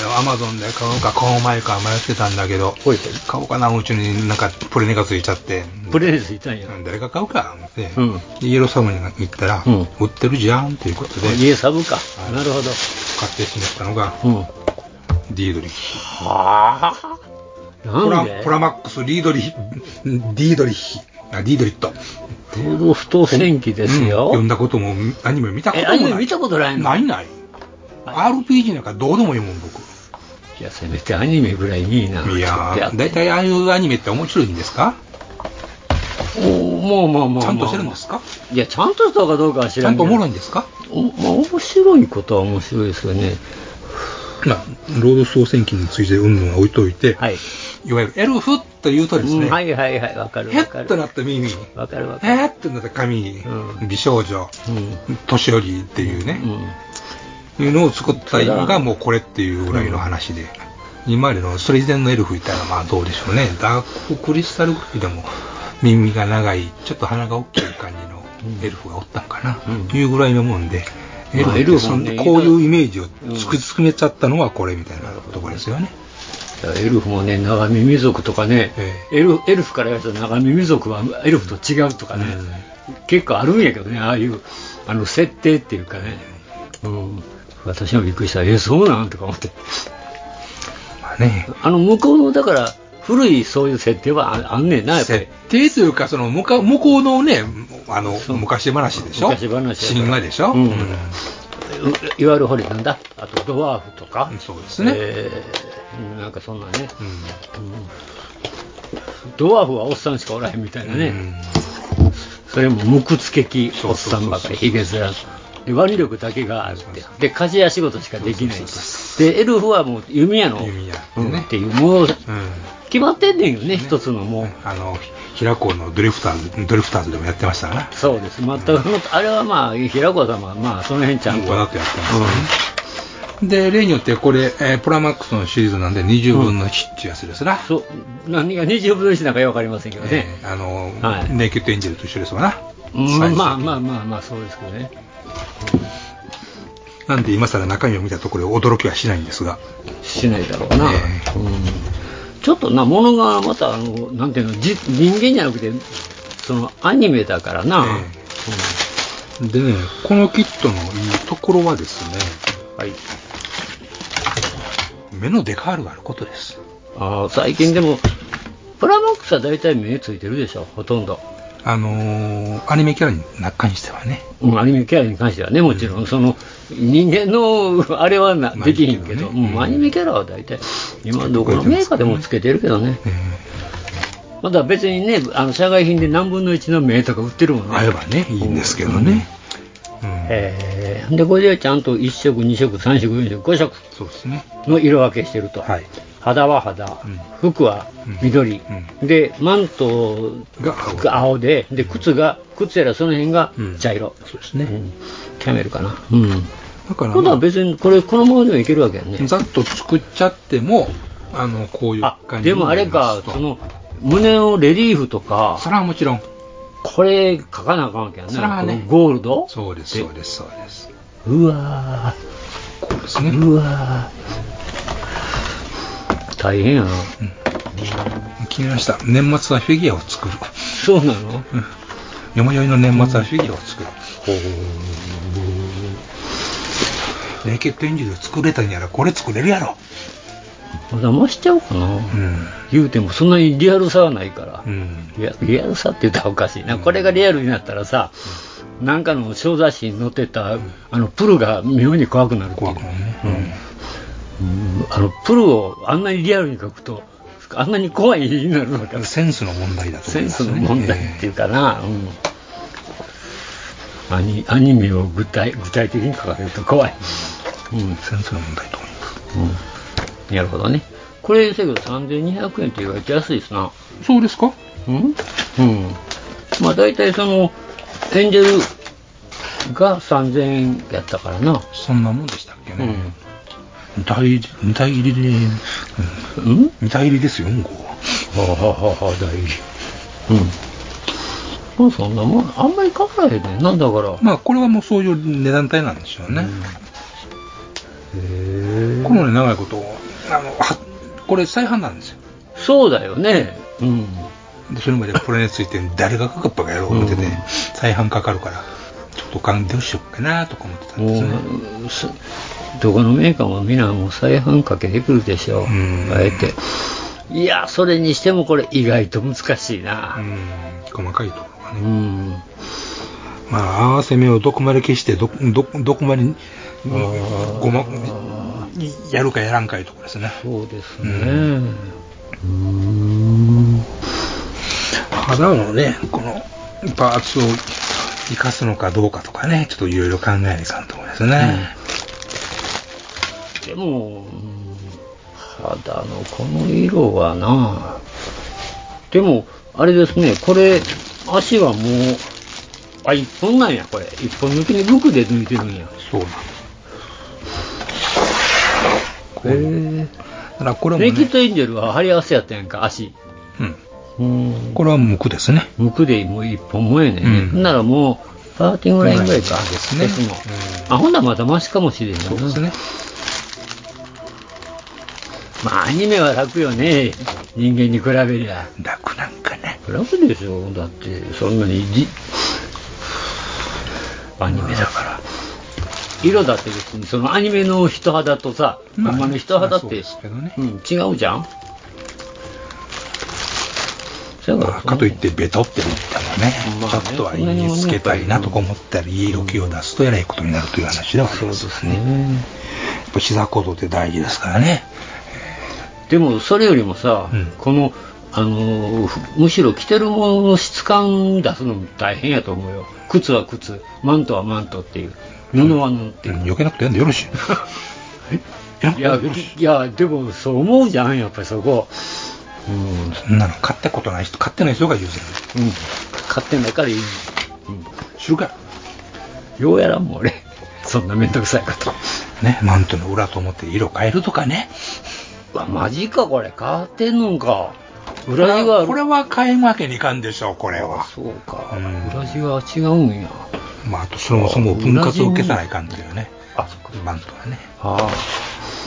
Speaker 1: ね、アマゾンで買うか買う前か迷ってたんだけど、
Speaker 2: ほいほい
Speaker 1: 買おうかな、うちになんかプレネがついちゃって、
Speaker 2: うんプレゼンスいたんや。
Speaker 1: 誰が買うかって、
Speaker 2: うん
Speaker 1: イエローサムに行ったら、
Speaker 2: うん
Speaker 1: 売ってるじゃんということで、
Speaker 2: 家サブか
Speaker 1: い。
Speaker 2: なるほど。
Speaker 1: 買ってしまったのが、
Speaker 2: うん。
Speaker 1: ディードリヒ。
Speaker 2: はあ。
Speaker 1: プ
Speaker 2: な
Speaker 1: ラ
Speaker 2: んで
Speaker 1: プラマックスリードリヒ、ディードリヒ、あディードリット。
Speaker 2: 労働不当戦記ですよ。
Speaker 1: 読んだことも、アニメ見たこと
Speaker 2: え、
Speaker 1: もな
Speaker 2: ア
Speaker 1: い。
Speaker 2: ニメ見たことないの
Speaker 1: ないない。RPG なんかどうでもいいもん、僕。
Speaker 2: いや、せめてアニメぐらいにいいな。
Speaker 1: い
Speaker 2: 作ってあ
Speaker 1: やー、
Speaker 2: って
Speaker 1: 大体ああいうアニメって面白いんですか
Speaker 2: おもうもうもう。
Speaker 1: ちゃんとしてるんです
Speaker 2: か
Speaker 1: か
Speaker 2: いや、ちゃんとしたのかどうかは知
Speaker 1: ちゃ
Speaker 2: らん
Speaker 1: ん
Speaker 2: け
Speaker 1: と
Speaker 2: ど。
Speaker 1: おもろいんですか
Speaker 2: おまあ、面白いことは面白いですよね。
Speaker 1: まあ、ロード総選挙についてうんぬんは置いといて、、
Speaker 2: はいい。
Speaker 1: わゆるエルフというとです
Speaker 2: うん
Speaker 1: ね、
Speaker 2: はいはいはい、わかる
Speaker 1: ヘ
Speaker 2: わか
Speaker 1: ッ
Speaker 2: る。
Speaker 1: となった耳、へ
Speaker 2: わかるわかる。
Speaker 1: ッとなった髪、
Speaker 2: う
Speaker 1: 美少女、
Speaker 2: うん。
Speaker 1: 年寄りっていうね、
Speaker 2: うん。
Speaker 1: いうのを作ったのがもうこれっていうぐらいの話で、今までのそれ以前のエルフいたらまあどうでしょうね、ダーククリスタルグリでも耳が長い、ちょっと鼻が大きい感じのエルフがおったんかな、
Speaker 2: うん
Speaker 1: というぐらいのもんで、エル
Speaker 2: まあ
Speaker 1: フっ
Speaker 2: エル
Speaker 1: て
Speaker 2: フ
Speaker 1: そ
Speaker 2: も
Speaker 1: ん
Speaker 2: ね
Speaker 1: こういうイメージを突き詰めちゃったのはこれみたいなところですよね。
Speaker 2: エルフもね、長耳族とかね、
Speaker 1: え
Speaker 2: エルエルフから言われたら長耳族はエルフと違うとかね、結構あるんやけどね、ああいうあの設定っていうかね、うん、私もびっくりした、え、そうなんとか思って、
Speaker 1: まあね、
Speaker 2: あの向こうのだから、古いそういう設定はああんねんな、やっぱり
Speaker 1: 設。定というか、その向か向こうのね、あの
Speaker 2: そう
Speaker 1: 昔話でしょ、
Speaker 2: 昔話やから
Speaker 1: 神話でしょ、
Speaker 2: うん
Speaker 1: うん
Speaker 2: いいわゆるほれなんだあとドワーフとか、
Speaker 1: そうですね
Speaker 2: えーなんかそんなね、
Speaker 1: うん
Speaker 2: ドワーフはおっさんしかおらへんみたいなね、それも無屈的おっさんばかりひげずらずで腕力だけがあってで鍛冶屋仕事しかできないでエルフはもう弓矢の
Speaker 1: 弓矢って
Speaker 2: う
Speaker 1: ね
Speaker 2: んっていうもう
Speaker 1: うんうん
Speaker 2: 決まってんねんよね一つのもう、
Speaker 1: あの平子のドリフターズドリフターズでもやってましたからな、
Speaker 2: そうです全くあれはまあ平子様はまあその辺ちゃんと
Speaker 1: わざとやってますよね、で例によってこれ、えープラマックスのシリーズなんで20分の1っていうやつですな、
Speaker 2: そう何が20分の1なんかよくわかりませんけどね、
Speaker 1: えーあの、
Speaker 2: はい
Speaker 1: ネイキッドエンジェルと一緒ですわな、
Speaker 2: うんまあま
Speaker 1: あ
Speaker 2: あまあまあそうですけどね
Speaker 1: なんで今更中身を見たところ驚きはしないんですが
Speaker 2: しないだろうな、
Speaker 1: え
Speaker 2: うん、ちょっとなものがまたあのなんていうのじ人間じゃなくてそのアニメだからな、
Speaker 1: えでねこのキットのいいところはですね
Speaker 2: うんはい、
Speaker 1: 目のデカールがあることです
Speaker 2: あー最近でもプラマックスは大体目ついてるでしょほとんど、
Speaker 1: あのーアニメキャラに中にしてはね
Speaker 2: うん、アニメキャラに関してはねもちろん、その人間の あれはな
Speaker 1: まあ
Speaker 2: できひんけ
Speaker 1: いいけ
Speaker 2: ど、
Speaker 1: どね
Speaker 2: うんアニメキャラは大体今どこのメーカーでもつけてるけどね
Speaker 1: え
Speaker 2: まだ別にねあの社外品で何分の1の目とか売ってるもん
Speaker 1: ー
Speaker 2: ね
Speaker 1: あればねいいんですけどね、うん
Speaker 2: えーでこれでちゃんと1色2色3色4色5色
Speaker 1: そうですね
Speaker 2: の色分けしてると、
Speaker 1: はい
Speaker 2: 肌は肌、
Speaker 1: うん
Speaker 2: 服は緑、
Speaker 1: う
Speaker 2: でマント
Speaker 1: が
Speaker 2: が青でで靴が靴やらその辺が
Speaker 1: うん
Speaker 2: 茶色、
Speaker 1: そうですね
Speaker 2: んキャメルかなうん
Speaker 1: だから、
Speaker 2: 今度は別にこれこのままでもいけるわけやね
Speaker 1: ざっと作っちゃってもあのこういう
Speaker 2: あ
Speaker 1: 感じ
Speaker 2: で
Speaker 1: に
Speaker 2: も
Speaker 1: な
Speaker 2: あれ
Speaker 1: りま
Speaker 2: か
Speaker 1: すと
Speaker 2: その胸のレリーフとか
Speaker 1: それはもちろん
Speaker 2: これ書かなあかんわけやね
Speaker 1: それはね
Speaker 2: このゴールド
Speaker 1: そうですそうですそうです
Speaker 2: うわー
Speaker 1: こうですね
Speaker 2: うわー大変やな。
Speaker 1: 気になりました年末はフィギュアを作る
Speaker 2: そうなの
Speaker 1: よもよいの年末はフィギュアを作る、レイケットエンジンで作れたんやらこれ作れるやろ
Speaker 2: まだ増しちゃおうかな。
Speaker 1: うん
Speaker 2: 言うてもそんなにリアルさはないから
Speaker 1: う。ん
Speaker 2: リアリアルさって言ったらおかしいな。これがリアルになったらさ、なんかの小雑誌に載ってた、あの、プルが妙に怖くなるっていう
Speaker 1: 怖くもね、
Speaker 2: うんあの、プルをあんなにリアルに書くと、あんなに怖い絵になるの
Speaker 1: う
Speaker 2: か
Speaker 1: ん、。センスの問題だと
Speaker 2: セ
Speaker 1: 思い
Speaker 2: ン
Speaker 1: ま
Speaker 2: ス
Speaker 1: すね
Speaker 2: の問題っていうかな、うんアニアニメを具体具体的に書かれると怖い、うん
Speaker 1: えーセンスの問題と思います
Speaker 2: なるほどねこれせやけど3200円って意外と安いですな
Speaker 1: そうですか
Speaker 2: うんうんまあ大体そのエンジェルが3000円やったからな
Speaker 1: そんなもんでしたっけ
Speaker 2: う
Speaker 1: ね、
Speaker 2: ん、
Speaker 1: 二大二大入りで、うん
Speaker 2: うん、
Speaker 1: 二大入りですよ、うんこ
Speaker 2: はあ、はあはあ、大事うんまあそんなもんあんまり書かれへんねんなだから
Speaker 1: まあ、これはもうそういう値段帯なんでしょうね。
Speaker 2: へ
Speaker 1: このね、長いこと、あの、はこれ再販なんですよ。
Speaker 2: そうだよねうん
Speaker 1: で、それまでこれについて誰が書くばかやろう思ってて、
Speaker 2: うん
Speaker 1: 再販かかるから、ちょっと勘どうしようかなとか思ってたんですね。
Speaker 2: もうすどこのメーカーも皆もう再販かけてくるでしょう
Speaker 1: うん
Speaker 2: あえていやそれにしてもこれ意外と難しいうな、
Speaker 1: ん、細かいところが
Speaker 2: う
Speaker 1: ね。
Speaker 2: ん
Speaker 1: まあ、合わせ目をどこまで消して、ど、ど、どこまで、ごま、やるかやらんかいうところですね。
Speaker 2: そうですね、
Speaker 1: 肌のね、このパーツを生かすのかどうかとかね、ちょっといろいろ考えにいかんところですね。
Speaker 2: でも、うん肌のこの色はなでもあれですねこれ足はもうあ一本なんやこれ一本抜きに服で抜いてるんや
Speaker 1: そうなんです。
Speaker 2: へ
Speaker 1: だ
Speaker 2: え
Speaker 1: からこれも、
Speaker 2: レイキッ
Speaker 1: ね、
Speaker 2: ドエンジェルは貼り合わせやったやんか、足。
Speaker 1: うん。
Speaker 2: うん。
Speaker 1: これは無垢ですね。
Speaker 2: 向くでもう一本もえね、ん
Speaker 1: う
Speaker 2: ね。
Speaker 1: ん
Speaker 2: ならもう、パーティングラインぐらいか。
Speaker 1: ですね
Speaker 2: もあ、ほんならまだマシかもしれんな。
Speaker 1: そうですね。
Speaker 2: まあ、アニメは楽よね。人間に比べりゃ。
Speaker 1: 楽なんかね。
Speaker 2: 楽でしょ。だって、そんなにじ、アニメだから。色だって別に、そのアニメの人肌とさ、ほ
Speaker 1: まあ
Speaker 2: んまの人肌っ
Speaker 1: そうで
Speaker 2: て、
Speaker 1: すけどね
Speaker 2: うん、違うじゃんそうだね
Speaker 1: まあかといってベトって言ったらね
Speaker 2: まあね
Speaker 1: ちょっとは言いつけたいなとか思ったりいい色気を出すとえらいことになるという話ではあります
Speaker 2: ね
Speaker 1: やっぱ視座行動って大事ですからね
Speaker 2: でもそれよりもさ、
Speaker 1: うん
Speaker 2: このあのふむしろ着てるものの質感出すのも大変やと思うよ靴は靴マントはマントっていう布は布って
Speaker 1: う
Speaker 2: い
Speaker 1: ん
Speaker 2: う、
Speaker 1: 余計なことやんでよろしい
Speaker 2: いやいやでもそう思うじゃんやっぱりそこうん、
Speaker 1: そんなの買ったことない人買ってない人が優先
Speaker 2: うん、買ってないからいい、うん、
Speaker 1: するから
Speaker 2: ようやらんもん俺そんな面倒くさいこと
Speaker 1: ねマントの裏と思って色変えるとかね
Speaker 2: うわマジかこれ変わってんのんか裏地は
Speaker 1: これは変えんわけにいかんでしょうこれは
Speaker 2: そうか、
Speaker 1: うん
Speaker 2: 裏地は違うんや
Speaker 1: まああとそもそも分割を受けさないかんというね
Speaker 2: あそっか
Speaker 1: マントはね
Speaker 2: あ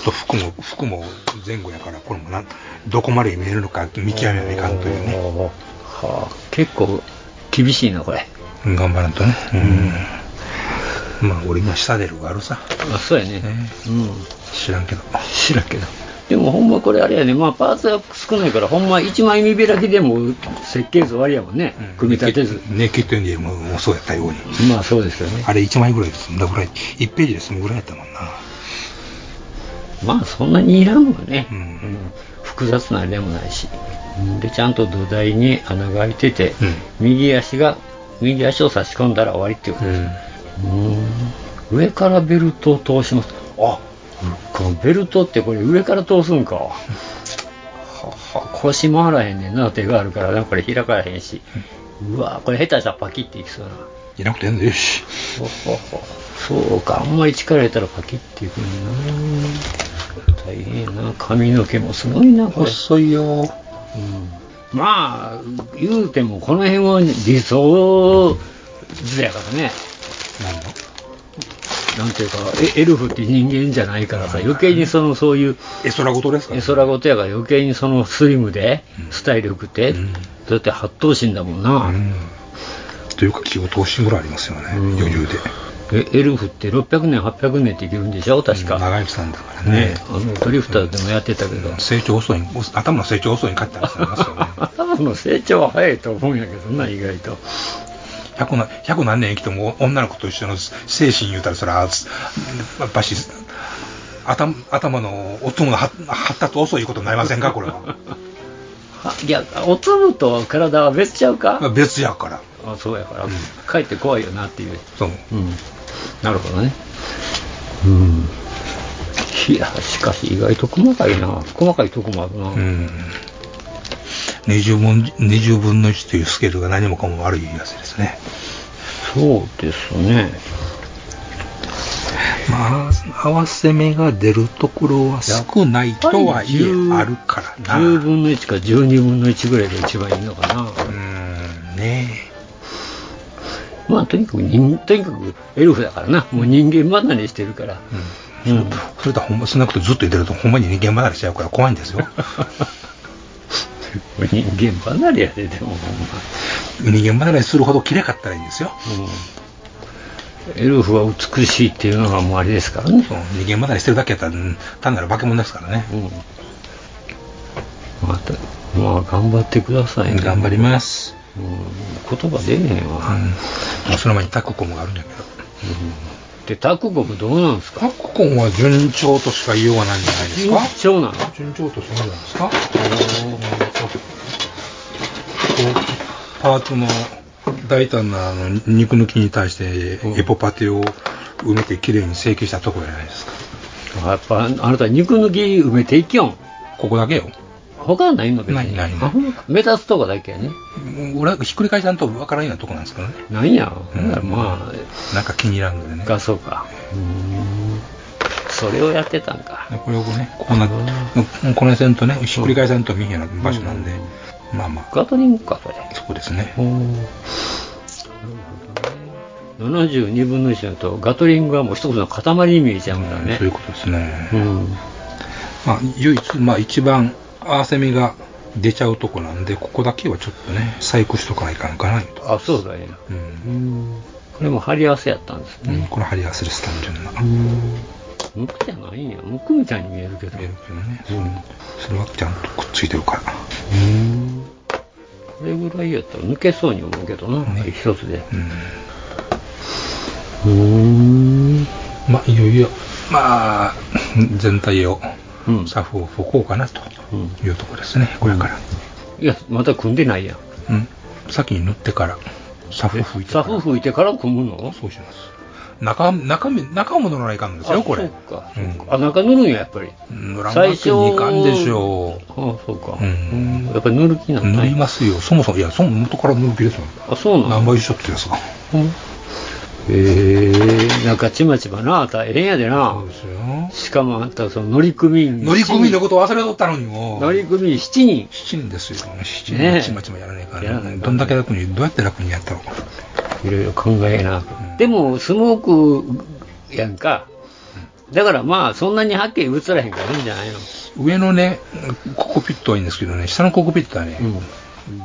Speaker 1: と服も服も前後やからこれもなんどこまで見えるのか見極めないかんというね
Speaker 2: はあ結構厳しいなこれ
Speaker 1: うん頑張らんとねうんまあ俺今下出るがあるさ
Speaker 2: あそうや
Speaker 1: ね
Speaker 2: ねうん
Speaker 1: 知らんけど
Speaker 2: 知らんけどでもほんまこれあれやねまあパーツが少ないからほんま1枚見開きでも設計図終わりやもんね、組み立て図
Speaker 1: ねキットエンジェルももうそうやったように
Speaker 2: まあそうですよね
Speaker 1: あれ1枚ぐらいですんだぐらい1ページで済むぐらいやったもんな
Speaker 2: まあそんなにいらんもんね、
Speaker 1: うん
Speaker 2: 複雑なあれでもないしでちゃんと土台に穴が開いてて、
Speaker 1: うん
Speaker 2: 右足が右足を差し込んだら終わりっていうことです、うん上からベルトを通しますあこのベルトってこれ上から通すんかはは腰回らへんねんな手があるからなこれ開かれへんし、うわこれ下手したらパキっていきそうやな
Speaker 1: じゃなくてんでよし
Speaker 2: ほほほそうかあんまり力入れたらパキッていくんだな大変やな髪の毛もすごいなこれ、
Speaker 1: 細いよ
Speaker 2: うん、まあ言うてもこの辺は理想図やからね
Speaker 1: 何の
Speaker 2: なんていうかえエルフって人間じゃないからさ余計にそのそういう
Speaker 1: 絵空事ですか
Speaker 2: 絵空事やから余計にそのスリムでスタイルよくて、
Speaker 1: うん
Speaker 2: だって八頭身だもんな、
Speaker 1: うんというか気を通しぐらいありますよね
Speaker 2: うん
Speaker 1: 余裕で
Speaker 2: えエルフって600年800年っていけるんでしょ確か、
Speaker 1: 長生きさんだから
Speaker 2: ね
Speaker 1: ね、
Speaker 2: あのドリフターズでもやってたけど、
Speaker 1: 成長遅い頭の成長遅いに勝ったりしてますよね
Speaker 2: 頭の成長は早いと思うんやけどな意外と
Speaker 1: 100な100何年生きても女の子と一緒の精神言うたらそれはやっぱし頭頭の音が発発達遅いことになりませんかこれは
Speaker 2: いやおつむと体は別ちゃう
Speaker 1: まあ
Speaker 2: か
Speaker 1: 別やから
Speaker 2: あそうやから、
Speaker 1: うん
Speaker 2: かえって怖いよなっていう
Speaker 1: そう
Speaker 2: うんなるほどねうんいやしかし意外と細かいな細かいとこもあるな、
Speaker 1: うん20分 ,20 分の1というスケールが何もかも悪いやつですね
Speaker 2: そうですね
Speaker 1: まあ合わせ目が出るところは少ないとはいえあるからな
Speaker 2: 10分の1か12分の1ぐらいが一番いいのかな、
Speaker 1: うんね
Speaker 2: まあとにかく人とにかくエルフだからなもう人間離れしてるから、うん
Speaker 1: それとはほんまそんなことずっと言ってるとほんまに人間離れしちゃうから怖いんです よ
Speaker 2: 人間離れやででもほん
Speaker 1: 人間離れするほどきれかったらいいんですよ
Speaker 2: ま、うん、エルフは美しいっていうのがもうあれですからね
Speaker 1: そう人間離れしてるだけやったらうん単なる化け物ですからね、
Speaker 2: うんまたまあ頑張ってくださいね
Speaker 1: 頑張ります、
Speaker 2: うん、言葉出ねえわ、
Speaker 1: うんもうその前にタクコムがあるんだけど
Speaker 2: でタクコムどうなんですか
Speaker 1: タクコムは順調としか言いようがないんじゃないです
Speaker 2: 順
Speaker 1: か
Speaker 2: 調なの
Speaker 1: 順調とそうじゃないですかパートの大胆なあの肉抜きに対して
Speaker 2: うん
Speaker 1: エポパテを埋めて綺麗に整形したとこじゃないですか
Speaker 2: あやっぱあなた肉抜き埋めていきよん
Speaker 1: ここだけよ
Speaker 2: 他はないのけ
Speaker 1: ないないない
Speaker 2: 目立つとこだけやね
Speaker 1: もう俺はひっくり返さんと分からんようなとこなんですからね
Speaker 2: なんや、
Speaker 1: うん
Speaker 2: だからまあ
Speaker 1: なんか気に入らんのでね
Speaker 2: がそうかうーんそれをやってたんか
Speaker 1: これをねこうなこの線とねひっくり返さんと見えない場所なんで、まあまあ
Speaker 2: ガトリングかそれ
Speaker 1: そこですね
Speaker 2: おー72分の1だとガトリングはもう一つの塊に見えちゃうんだね
Speaker 1: そういうことですね、
Speaker 2: うん
Speaker 1: まあ、唯一、まあ、一番合わせ目が出ちゃうとこなんでここだけはちょっとね細工しとかないかんかなと、
Speaker 2: あそうだね
Speaker 1: う
Speaker 2: うんんこれも貼り合わせやったんです
Speaker 1: うん
Speaker 2: ね
Speaker 1: これ貼り合わせです単純な、
Speaker 2: ムクじゃないんやムクみたいに見えるけど
Speaker 1: 見えるけどね、それはちゃんとくっついてるから
Speaker 2: うんそれぐらいやったら抜けそうに思うけどな、
Speaker 1: ね
Speaker 2: 一つで。
Speaker 1: うん
Speaker 2: うーん。
Speaker 1: まあいよいよまあ全体を
Speaker 2: うん。
Speaker 1: サフを吹こうかなというところですね、これから、
Speaker 2: いや、まだ組んでないやん。
Speaker 1: うん、先に塗ってからサフ
Speaker 2: え
Speaker 1: 吹いてか
Speaker 2: サ
Speaker 1: ら
Speaker 2: フ吹いてから組むの
Speaker 1: そうします中中身中も塗らないかんのですよこれ
Speaker 2: あそうか、
Speaker 1: うん
Speaker 2: そうかあ、中塗るんや、やっぱり。
Speaker 1: 塗らんわけにいかんでしょう
Speaker 2: あそうか。
Speaker 1: うん
Speaker 2: やっぱり塗る気なん
Speaker 1: 塗
Speaker 2: だ。
Speaker 1: りますよそもそもいやそも元から塗る気ですもん
Speaker 2: あ、そうなの
Speaker 1: 何倍しょってですか
Speaker 2: へえなんかちまちまなあんたええんやでな
Speaker 1: そうですよ
Speaker 2: しかもあんたその乗組員
Speaker 1: 乗り込みの
Speaker 2: 7
Speaker 1: ことを忘れとったのにも
Speaker 2: 人乗組員7人
Speaker 1: 七人ですよ七
Speaker 2: ねえ
Speaker 1: 人ちまちまやらないか
Speaker 2: や
Speaker 1: ら、
Speaker 2: らないからね
Speaker 1: どんだけ楽にどうやって楽にやったのか
Speaker 2: いろいろ考えな、
Speaker 1: ん
Speaker 2: でもスモークやんかだからまあそんなにはっきり映らへんからいいんじゃないの
Speaker 1: 上のねココピットはいいんですけどね下のココピットはね、
Speaker 2: うん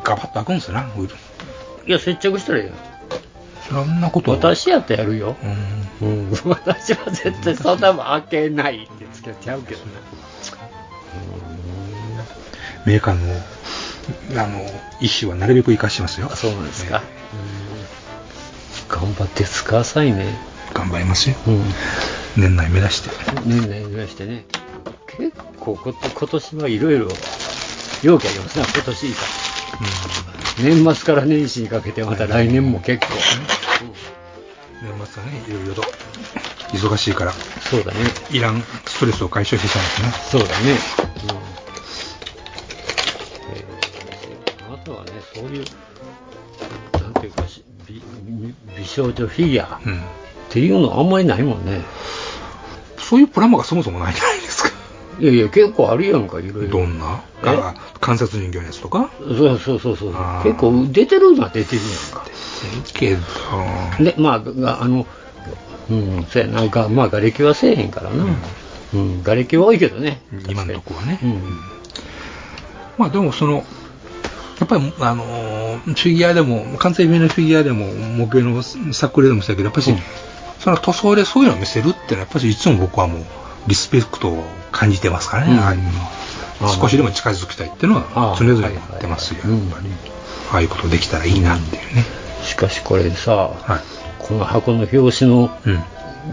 Speaker 1: ガバッと開くんですよなオイル
Speaker 2: いや接着したらいいよ
Speaker 1: そんなことは
Speaker 2: 私やったらやるよ、
Speaker 1: うん
Speaker 2: うん 私は絶対そんなもん開けないってつけちゃうけどね
Speaker 1: メーカーのあの意思はなるべく生かしてますよ
Speaker 2: あそうなんですか、うん頑張って使わさいね
Speaker 1: 頑張りますよ
Speaker 2: うん
Speaker 1: 年内目指して
Speaker 2: 年内ぐらいしてね結構こと今年はいろいろ容器ありますね今年以下年末から年始にかけてまた来年も結構、
Speaker 1: 年末はねいろいろと忙しいから
Speaker 2: そうだね
Speaker 1: いらんストレスを解消してきたんですね
Speaker 2: そうだね、うんえーあとはねそういうなんていうかし美美美少女フィギュアっ
Speaker 1: うん
Speaker 2: ていうのあんまりないもんね
Speaker 1: そういうプラモがそもそもないじゃないですか
Speaker 2: いやいや結構あるやんかいろいろ
Speaker 1: どんなか観察人形のやつとか
Speaker 2: そうそうそうそう
Speaker 1: あー
Speaker 2: 結構出てるのは出てるやんか
Speaker 1: けど
Speaker 2: でまあがあのうんそうやなんかまあ瓦礫はせえへんからなうん、瓦礫は多いけどね
Speaker 1: 今のとこはね、
Speaker 2: うん
Speaker 1: まあでもそのやっぱりあのーフィギュアでも完成品のフィギュアでも模型の作例でもしたけどやっぱし、
Speaker 2: うん
Speaker 1: その塗装でそういうのを見せるってのはやっぱりいつも僕はもうリスペクトを感じてますからね、
Speaker 2: うん
Speaker 1: ああいうのは
Speaker 2: あー
Speaker 1: 少しでも近づきたいっていうのは常々言ってますよ、
Speaker 2: はいはいはい
Speaker 1: やっぱりああいうことできたらいいなっていうね、
Speaker 2: しかしこれさ、
Speaker 1: はい
Speaker 2: この箱の表紙の
Speaker 1: うん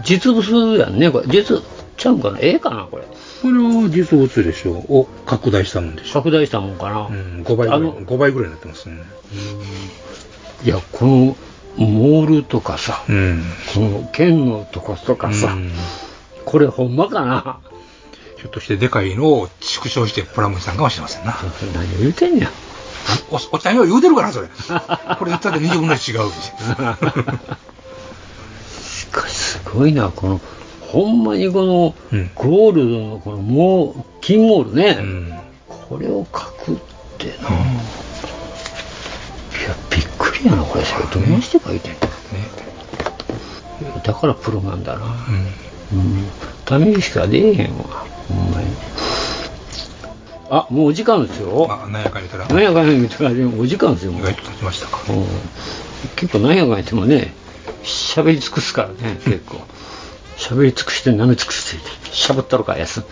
Speaker 2: 実物やんねこれ実ちゃうんかな絵かなこれ
Speaker 1: これは実物でしょうを拡大したもんでしょ
Speaker 2: 拡大したもんかな、
Speaker 1: う、うん、5倍ぐら
Speaker 2: あ
Speaker 1: い
Speaker 2: の
Speaker 1: 5倍ぐらいになってますね
Speaker 2: いやこのモールとかさ、
Speaker 1: うん
Speaker 2: この剣のとことかさ、
Speaker 1: うん
Speaker 2: これほんまかな
Speaker 1: ひょっとしてでかいのを縮小してプラモにしたんかもしれませんな。
Speaker 2: 何を言うてんねん
Speaker 1: おおっちゃんよう言うてるから、それ。これ言ったら20分の1違うし。
Speaker 2: しかしすごいなこのほんまにこの
Speaker 1: うん
Speaker 2: ゴールドのこのもう金ゴールね、
Speaker 1: うん
Speaker 2: これを書くってな、いやびっくりやなこれそれどうして書いてんの
Speaker 1: ね
Speaker 2: だからプロなんだな、
Speaker 1: うん
Speaker 2: うん、ためにしか出えへんわほんまにあもうお時間ですよ
Speaker 1: あ、なんやかんや言った
Speaker 2: なん
Speaker 1: ら、
Speaker 2: やかんや言うてたらお時間ですよも
Speaker 1: 意
Speaker 2: う
Speaker 1: 外と経ちましたか。
Speaker 2: うん結構なんやかんや言ってもね喋り尽くすから ね結構喋り尽くして舐め尽くして喋ったろかやす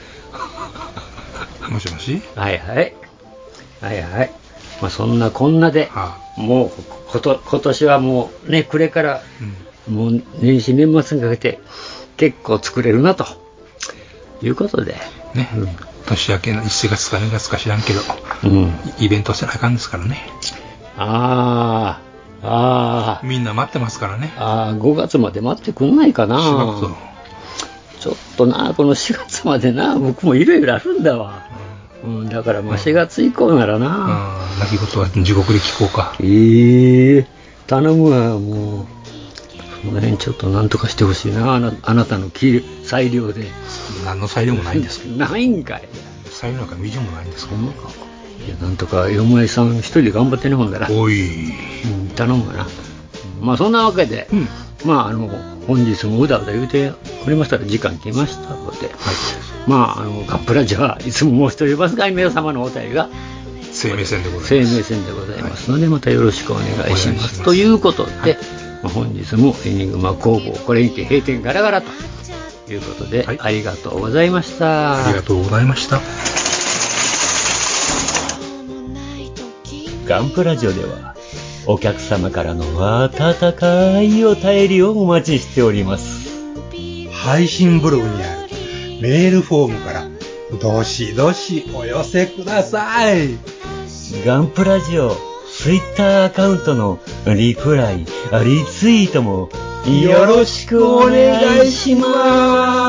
Speaker 1: もしもし
Speaker 2: はいはいはいはい、まあ、そんなこんなで、
Speaker 1: は
Speaker 2: もうこと今年はもうね暮れからもう年始年末にかけて結構作れるなということで、
Speaker 1: ね。年明けの1月か2月か知らんけど、
Speaker 2: うん、
Speaker 1: イイベントせなあかんですからね。
Speaker 2: あーあー
Speaker 1: みんな待ってますからね。
Speaker 2: あー5月まで待ってくんないかな
Speaker 1: しばくと。
Speaker 2: ちょっとなこの4月までな僕もいろいろあるんだわ、うん、だからまあ4月以降ならな、
Speaker 1: うん泣き言は地獄で聞こうか。
Speaker 2: ええ頼むわもうその辺ちょっとなんとかしてほしいなあなあなたの切る裁量で
Speaker 1: 何の裁量もないんですけ
Speaker 2: ないんかい
Speaker 1: ど、裁量なんか微妙もないんですけ
Speaker 2: ほんまかいやなんとかよもえさん一人で頑張ってねほんだら、
Speaker 1: ど。おい。
Speaker 2: うん、頼むわなまあそんなわけで、
Speaker 1: うん
Speaker 2: まああの本日もうだうだ言うておりましたら時間来ましたので、まああのカップラジオはいつも申しておりますが皆様のお便りが
Speaker 1: 生命線でござい
Speaker 2: 生
Speaker 1: ます。
Speaker 2: 命線でございますので、またよろしくお願いします
Speaker 1: お願いします
Speaker 2: ということで、まあ本日もエニグマ工房これにて閉店ガラガラということで、
Speaker 1: はい
Speaker 2: ありがとうございました
Speaker 1: ありがとうございました。
Speaker 8: もない時も
Speaker 2: ガンプラジオではお客様からの温かいお便りをお待ちしております
Speaker 4: 配信ブログにあるメールフォームからどしどしお寄せください
Speaker 2: ガンプラジオツイッターアカウントのリプライリツイートもよろしくお願いします